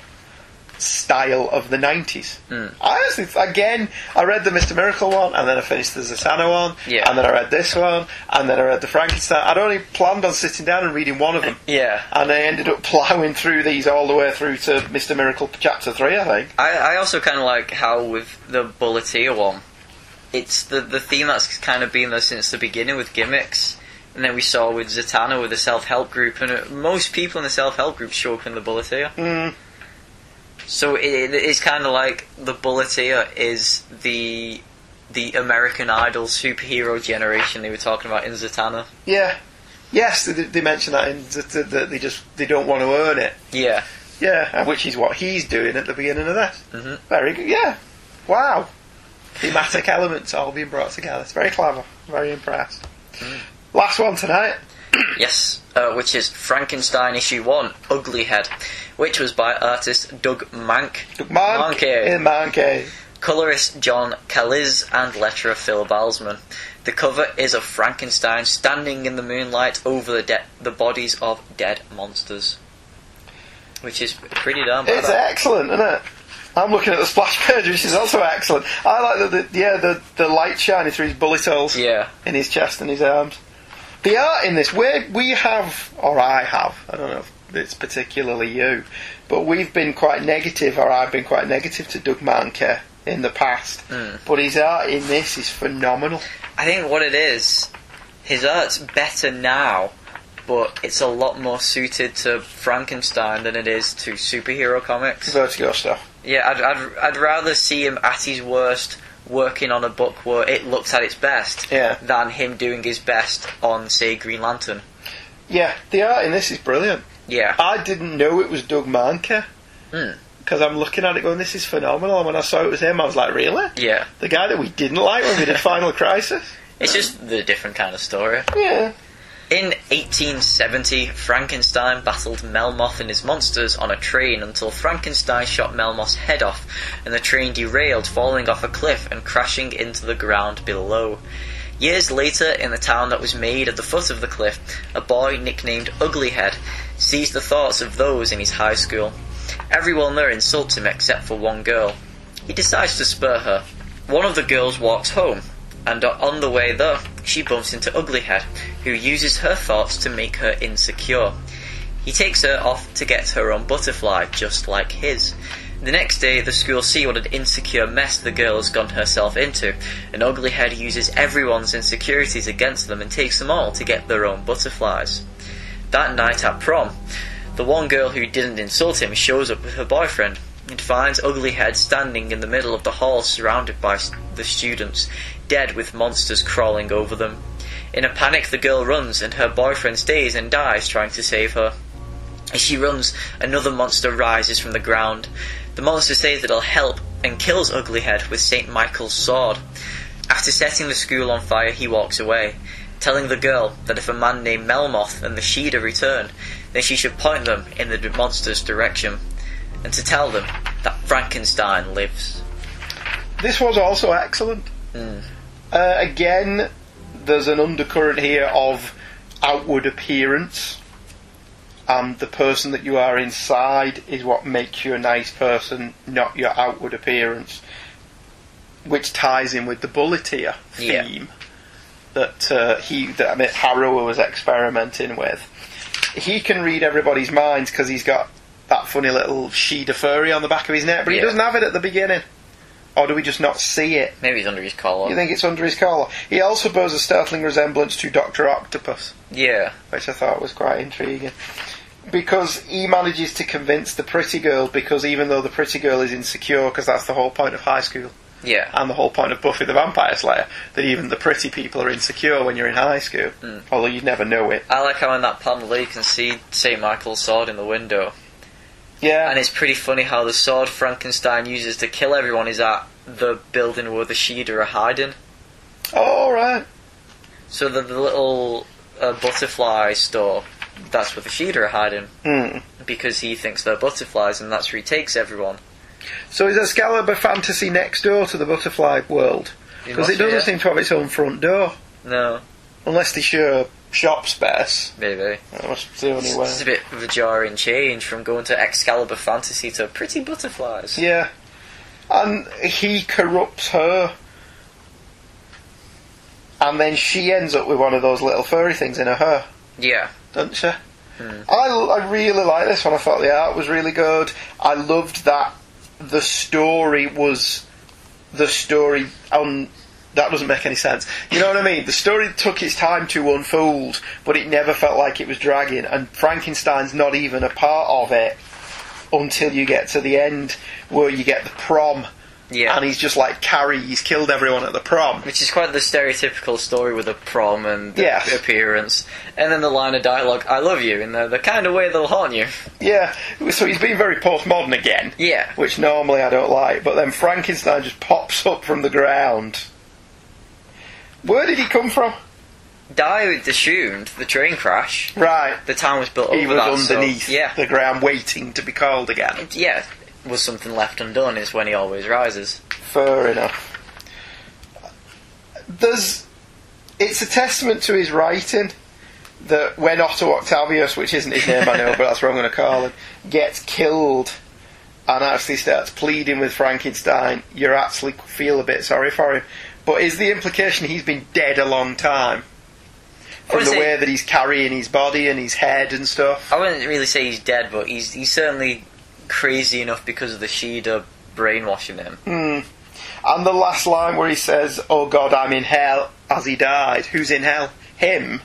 [SPEAKER 3] style of the 90s.
[SPEAKER 5] Mm.
[SPEAKER 3] I honestly, again, I read the Mr. Miracle one, and then I finished the Zatanna one,
[SPEAKER 5] Yeah.
[SPEAKER 3] and then I read this one, and then I read the Frankenstein. I'd only planned on sitting down and reading one of them.
[SPEAKER 5] Yeah.
[SPEAKER 3] And I ended up ploughing through these all the way through to Mr. Miracle Chapter 3, I think.
[SPEAKER 5] I, I also kind of like how with the Bulleteer one, it's the the theme that's kind of been there since the beginning with gimmicks, and then we saw with Zatanna with the self help group, and uh, most people in the self help group show up in the Bulleteer.
[SPEAKER 3] Mm.
[SPEAKER 5] So it, it is kind of like the Bulleteer is the the American Idol superhero generation they were talking about in Zatanna.
[SPEAKER 3] Yeah. Yes, they, they mentioned that in that that they just they don't want to earn it.
[SPEAKER 5] Yeah,
[SPEAKER 3] Yeah, and which is what he's doing at the beginning of this.
[SPEAKER 5] Mhm.
[SPEAKER 3] Very good. Yeah, Wow. Thematic elements all being brought together. It's very clever. Very impressed. Last one tonight.
[SPEAKER 5] Yes, uh, which is Frankenstein issue one, Ugly Head, which was by artist Doug Mank,
[SPEAKER 3] Monkey.
[SPEAKER 5] Monkey.
[SPEAKER 3] In Monkey.
[SPEAKER 5] colorist John Calliz, and letterer Phil Balsman. The cover is of Frankenstein standing in the moonlight over the de- the bodies of dead monsters, which is pretty damn.
[SPEAKER 3] It's
[SPEAKER 5] badass.
[SPEAKER 3] excellent, isn't it? I'm looking at the splash page, which is also excellent. I like the, the yeah the, the light shining through his bullet holes
[SPEAKER 5] Yeah,
[SPEAKER 3] in his chest and his arms. The art in this, we we have or I have, I don't know if it's particularly you, but we've been quite negative, or I've been quite negative to Doug Manke in the past.
[SPEAKER 5] Mm.
[SPEAKER 3] But his art in this is phenomenal.
[SPEAKER 5] I think what it is, his art's better now, but it's a lot more suited to Frankenstein than it is to superhero comics.
[SPEAKER 3] Vertigo stuff.
[SPEAKER 5] Yeah, I'd, I'd, I'd rather see him at his worst working on a book where it looks at its best
[SPEAKER 3] Yeah,
[SPEAKER 5] than him doing his best on, say, Green Lantern.
[SPEAKER 3] yeah. The art in this is brilliant.
[SPEAKER 5] Yeah.
[SPEAKER 3] I didn't know it was Doug Manke.
[SPEAKER 5] Hmm.
[SPEAKER 3] Because I'm looking at it going, this is phenomenal. And when I saw it was him, I was like, really?
[SPEAKER 5] Yeah.
[SPEAKER 3] The guy that we didn't like when we did Final Crisis?
[SPEAKER 5] It's just the different kind of story.
[SPEAKER 3] Yeah.
[SPEAKER 5] In 1870, Frankenstein battled Melmoth and his monsters on a train until Frankenstein shot Melmoth's head off, and the train derailed, falling off a cliff and crashing into the ground below. Years later, in the town that was made at the foot of the cliff, a boy nicknamed Uglyhead sees the thoughts of those in his high school. Everyone there insults him except for one girl. He decides to spur her. One of the girls walks home, and on the way there, she bumps into Uglyhead, who uses her thoughts to make her insecure. He takes her off to get her own butterfly, just like his. The next day, the school see what an insecure mess the girl has gotten herself into, and Uglyhead uses everyone's insecurities against them and takes them all to get their own butterflies. That night at prom, the one girl who didn't insult him shows up with her boyfriend and finds Uglyhead standing in the middle of the hall surrounded by s- the students, dead with monsters crawling over them. In a panic, the girl runs and her boyfriend stays and dies trying to save her. As she runs, another monster rises from the ground. The monster says that it'll help and kills Uglyhead with St. Michael's sword. After setting the school on fire, he walks away, telling the girl that if a man named Melmoth and the Sheeda return, then she should point them in the monster's direction, and to tell them that Frankenstein lives.
[SPEAKER 3] This was also excellent.
[SPEAKER 5] Mm.
[SPEAKER 3] Uh, again, there's an undercurrent here of outward appearance. And the person that you are inside is what makes you a nice person, not your outward appearance. Which ties in with the bulleteer
[SPEAKER 5] Yeah.
[SPEAKER 3] theme that uh, he that I mean, Harrower was experimenting with. He can read everybody's minds because he's got that funny little sheet of furry on the back of his neck, but he
[SPEAKER 5] Yeah.
[SPEAKER 3] doesn't have it at the beginning. Or do we just not see it?
[SPEAKER 5] Maybe he's under his
[SPEAKER 3] You
[SPEAKER 5] collar.
[SPEAKER 3] think it's under his collar? He also bears a startling resemblance to Doctor Octopus,
[SPEAKER 5] Yeah,
[SPEAKER 3] which I thought was quite intriguing. Because he manages to convince the pretty girl, because even though the pretty girl is insecure, because that's the whole point of high school
[SPEAKER 5] yeah.
[SPEAKER 3] and the whole point of Buffy the Vampire Slayer, that even the pretty people are insecure when you're in high school,
[SPEAKER 5] Mm.
[SPEAKER 3] although you'd never know it.
[SPEAKER 5] I like how in that panel there you can see St. Michael's sword in the window.
[SPEAKER 3] Yeah,
[SPEAKER 5] And it's pretty funny how the sword Frankenstein uses to kill everyone is at the building where the Sheeda are hiding.
[SPEAKER 3] all right.
[SPEAKER 5] So the, the little uh, butterfly store, that's where the Sheeda are hiding
[SPEAKER 3] Mm.
[SPEAKER 5] because he thinks they're butterflies, and that's where he takes everyone.
[SPEAKER 3] So is Excalibur fantasy next door to the butterfly world?
[SPEAKER 5] He
[SPEAKER 3] Because it
[SPEAKER 5] must be,
[SPEAKER 3] doesn't
[SPEAKER 5] yeah.
[SPEAKER 3] seem to have its own front door,
[SPEAKER 5] No,
[SPEAKER 3] unless they share shop space.
[SPEAKER 5] maybe.
[SPEAKER 3] That must be the only
[SPEAKER 5] It's,
[SPEAKER 3] way.
[SPEAKER 5] it's a bit of a jarring change from going to Excalibur fantasy to pretty butterflies.
[SPEAKER 3] Yeah. And he corrupts her. And then she ends up with one of those little furry things in her hair,
[SPEAKER 5] Yeah.
[SPEAKER 3] doesn't she?
[SPEAKER 5] Hmm.
[SPEAKER 3] I, I really like this one. I thought the art was really good. I loved that the story was the story on. That doesn't make any sense. You know what I mean? The story took its time to unfold, but it never felt like it was dragging. And Frankenstein's not even a part of it until you get to the end, where you get the prom
[SPEAKER 5] Yeah.
[SPEAKER 3] and he's just like Carrie. He's killed everyone at the prom.
[SPEAKER 5] Which is quite the stereotypical story with a prom and the
[SPEAKER 3] Yes.
[SPEAKER 5] appearance. And then the line of dialogue, I love you, in the, the kind of way that'll haunt you.
[SPEAKER 3] Yeah, so he's been very postmodern again.
[SPEAKER 5] Yeah.
[SPEAKER 3] Which normally I don't like, but then Frankenstein just pops up from the ground. Where did he come from?
[SPEAKER 5] Die assumed the train crash.
[SPEAKER 3] Right.
[SPEAKER 5] The town was built
[SPEAKER 3] He was
[SPEAKER 5] over that, so-
[SPEAKER 3] underneath
[SPEAKER 5] yeah.
[SPEAKER 3] the ground waiting to be called again.
[SPEAKER 5] Yeah. Was something left undone is when he always rises.
[SPEAKER 3] Fair enough. There's. It's a testament to his writing that when Otto Octavius, which isn't his name I know, but that's what I'm going to call him, gets killed and actually starts pleading with Frankenstein, you actually feel a bit sorry for him. But is the implication he's been dead a long time?
[SPEAKER 5] Or
[SPEAKER 3] From
[SPEAKER 5] is
[SPEAKER 3] the
[SPEAKER 5] it-
[SPEAKER 3] way that he's carrying his body and his head and stuff?
[SPEAKER 5] I wouldn't really say he's dead, but he's he's certainly crazy enough because of the Shida brainwashing him.
[SPEAKER 3] And the last line where he says, Oh God, I'm in hell, as he died. Who's in hell? Him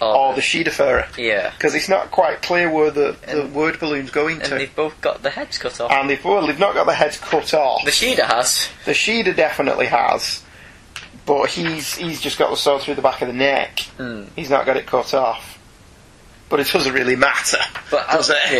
[SPEAKER 5] Oh,
[SPEAKER 3] or the Sheediferer?
[SPEAKER 5] yeah.
[SPEAKER 3] because it's not quite clear where the, the
[SPEAKER 5] And-
[SPEAKER 3] word balloon's going
[SPEAKER 5] And
[SPEAKER 3] to.
[SPEAKER 5] they've both got the heads cut off.
[SPEAKER 3] and they've, well, they've not got the heads cut off.
[SPEAKER 5] the Shida has.
[SPEAKER 3] The Sheeda definitely has, but he's he's just got the sword through the back of the neck.
[SPEAKER 5] Mm.
[SPEAKER 3] He's not got it cut off. But it doesn't really matter,
[SPEAKER 5] But
[SPEAKER 3] does
[SPEAKER 5] I-
[SPEAKER 3] it?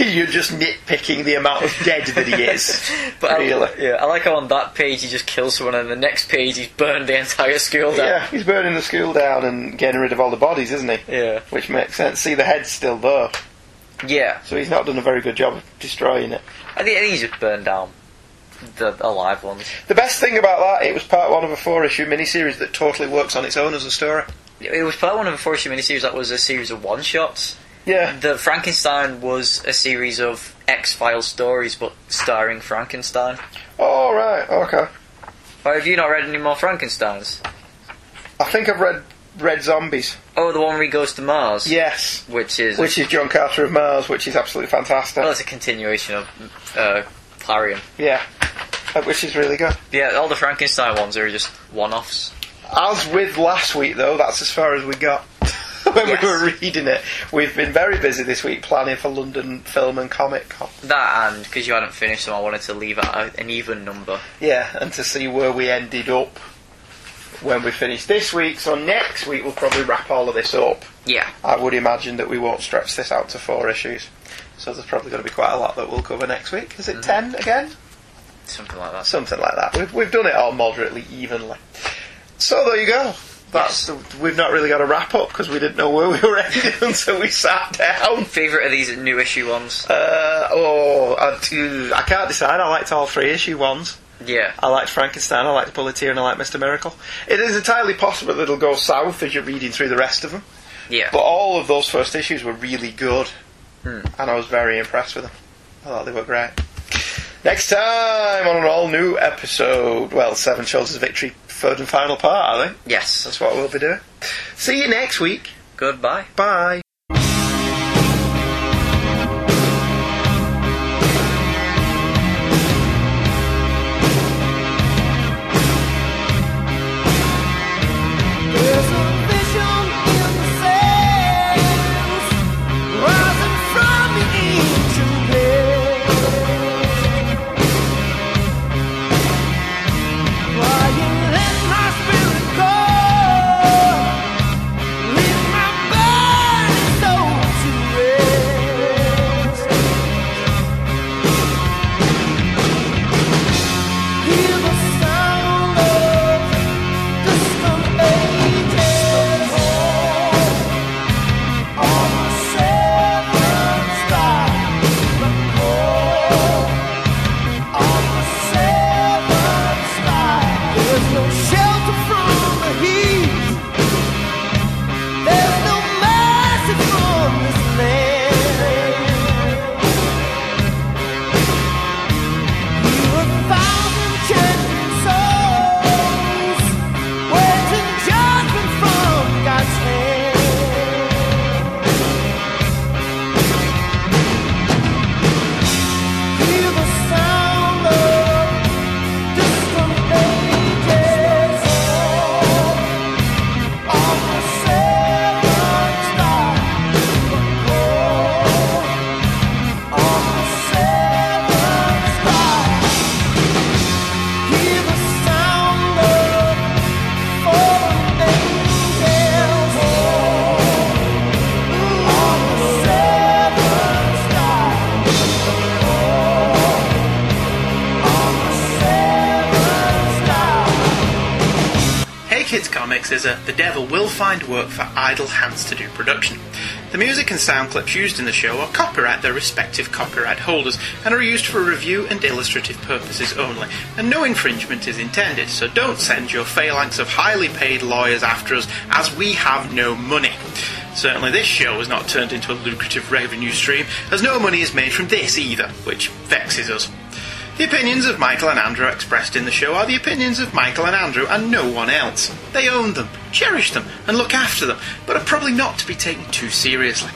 [SPEAKER 5] yeah.
[SPEAKER 3] You're just nitpicking the amount of dead that he is.
[SPEAKER 5] But
[SPEAKER 3] really.
[SPEAKER 5] I, yeah, I like how on that page he just kills someone, and the next page he's burned the entire school down.
[SPEAKER 3] Yeah, he's burning the school down and getting rid of all the bodies, isn't he?
[SPEAKER 5] Yeah.
[SPEAKER 3] Which makes sense. See, the head's still there,
[SPEAKER 5] Yeah.
[SPEAKER 3] so he's not done a very good job of destroying it.
[SPEAKER 5] I think I think he just burned down the alive ones.
[SPEAKER 3] The best thing about that, it was part one of a four issue miniseries that totally works on its own as a story.
[SPEAKER 5] It was part of one of the first miniseries that was a series of one shots.
[SPEAKER 3] Yeah.
[SPEAKER 5] The Frankenstein was a series of X Files stories, but starring Frankenstein.
[SPEAKER 3] Oh, right, okay.
[SPEAKER 5] Or have you not read any more Frankensteins?
[SPEAKER 3] I think I've read Red Zombies.
[SPEAKER 5] Oh, the one where he goes to Mars.
[SPEAKER 3] Yes.
[SPEAKER 5] Which is
[SPEAKER 3] Which is John Carter of Mars, which is absolutely fantastic.
[SPEAKER 5] well, it's a continuation of uh, Clarion.
[SPEAKER 3] Yeah. Uh, Which is really good.
[SPEAKER 5] Yeah, all the Frankenstein ones are just one-offs.
[SPEAKER 3] As with last week, though, that's as far as we got. when
[SPEAKER 5] Yes.
[SPEAKER 3] we were reading it, we've been very busy this week planning for London Film and Comic Con.
[SPEAKER 5] That and because you hadn't finished them, I wanted to leave out a- an even number.
[SPEAKER 3] Yeah, and to see where we ended up when we finish this week. So next week we'll probably wrap all of this up.
[SPEAKER 5] Yeah.
[SPEAKER 3] I would imagine that we won't stretch this out to four issues. So there's probably going to be quite a lot that we'll cover next week. Is it ten again?
[SPEAKER 5] Something like that.
[SPEAKER 3] Something like that. We've, we've done it all moderately evenly. So there you go. That's the, we've not really got a wrap up because we didn't know where we were ending until we sat down.
[SPEAKER 5] Favorite of these new issue ones?
[SPEAKER 3] Uh, oh, I, do- I can't decide. I liked all three issue ones.
[SPEAKER 5] Yeah.
[SPEAKER 3] I liked Frankenstein, I liked Bulleteer, and I liked Mr. Miracle. It is entirely possible that it'll go south as you're reading through the rest of them.
[SPEAKER 5] Yeah.
[SPEAKER 3] But all of those first issues were really good,
[SPEAKER 5] Hmm.
[SPEAKER 3] and I was very impressed with them. I thought they were great. Next time on an all new episode, well, Seven Shoulders of Victory, third and final part, I think.
[SPEAKER 5] Yes.
[SPEAKER 3] That's what we'll be doing. See you next week.
[SPEAKER 5] Goodbye.
[SPEAKER 3] Bye.
[SPEAKER 7] There's a vision in the sands, rising from the ancient place. Crying, let my spirit go, leave my body
[SPEAKER 8] Hey Kids Comics is a The Devil Will Find Work for Idle Hands to Do production. The music and sound clips used in the show are copyright their respective copyright holders and are used for review and illustrative purposes only, and no infringement is intended, so don't send your phalanx of highly paid lawyers after us as we have no money. Certainly, this show has not turned into a lucrative revenue stream, as no money is made from this either, which vexes us. The opinions of Michael and Andrew expressed in the show are the opinions of Michael and Andrew and no one else. They own them, cherish them, and look after them, but are probably not to be taken too seriously.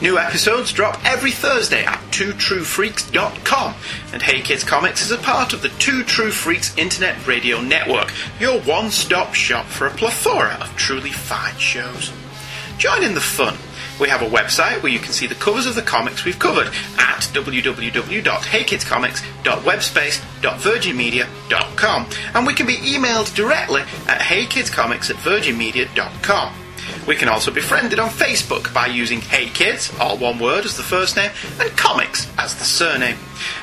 [SPEAKER 8] New episodes drop every Thursday at twotruefreaks.com, and Hey Kids Comics is a part of the Two True Freaks Internet Radio Network, your one stop shop for a plethora of truly fine shows. Join in the fun. We have a website where you can see the covers of the comics we've covered at www.heykidscomics.webspace.virginmedia.com and we can be emailed directly at heykidscomics at virginmedia.com. We can also be friended on Facebook by using Hey Kids, all one word as the first name, and Comics as the surname.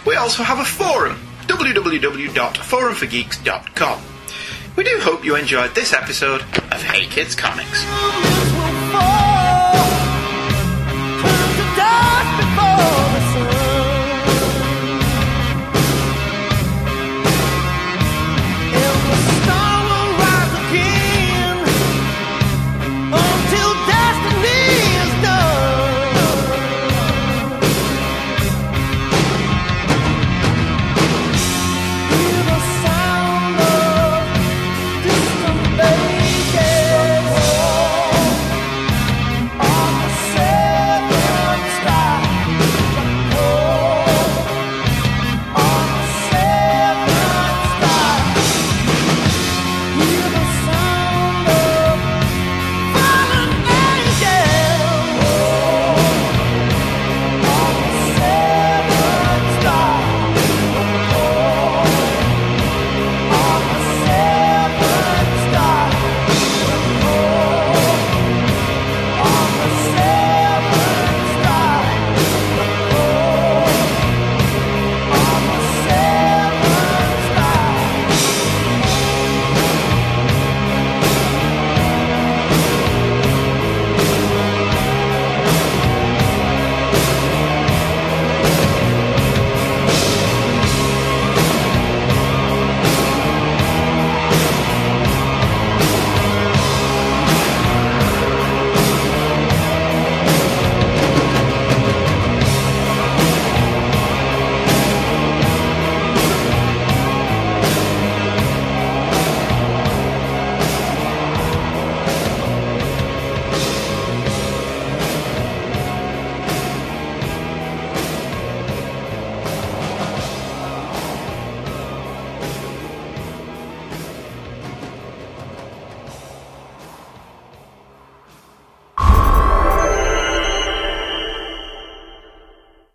[SPEAKER 8] We also have a forum, www.forumforgeeks.com. We do hope you enjoyed this episode of Hey Kids Comics.
[SPEAKER 7] This will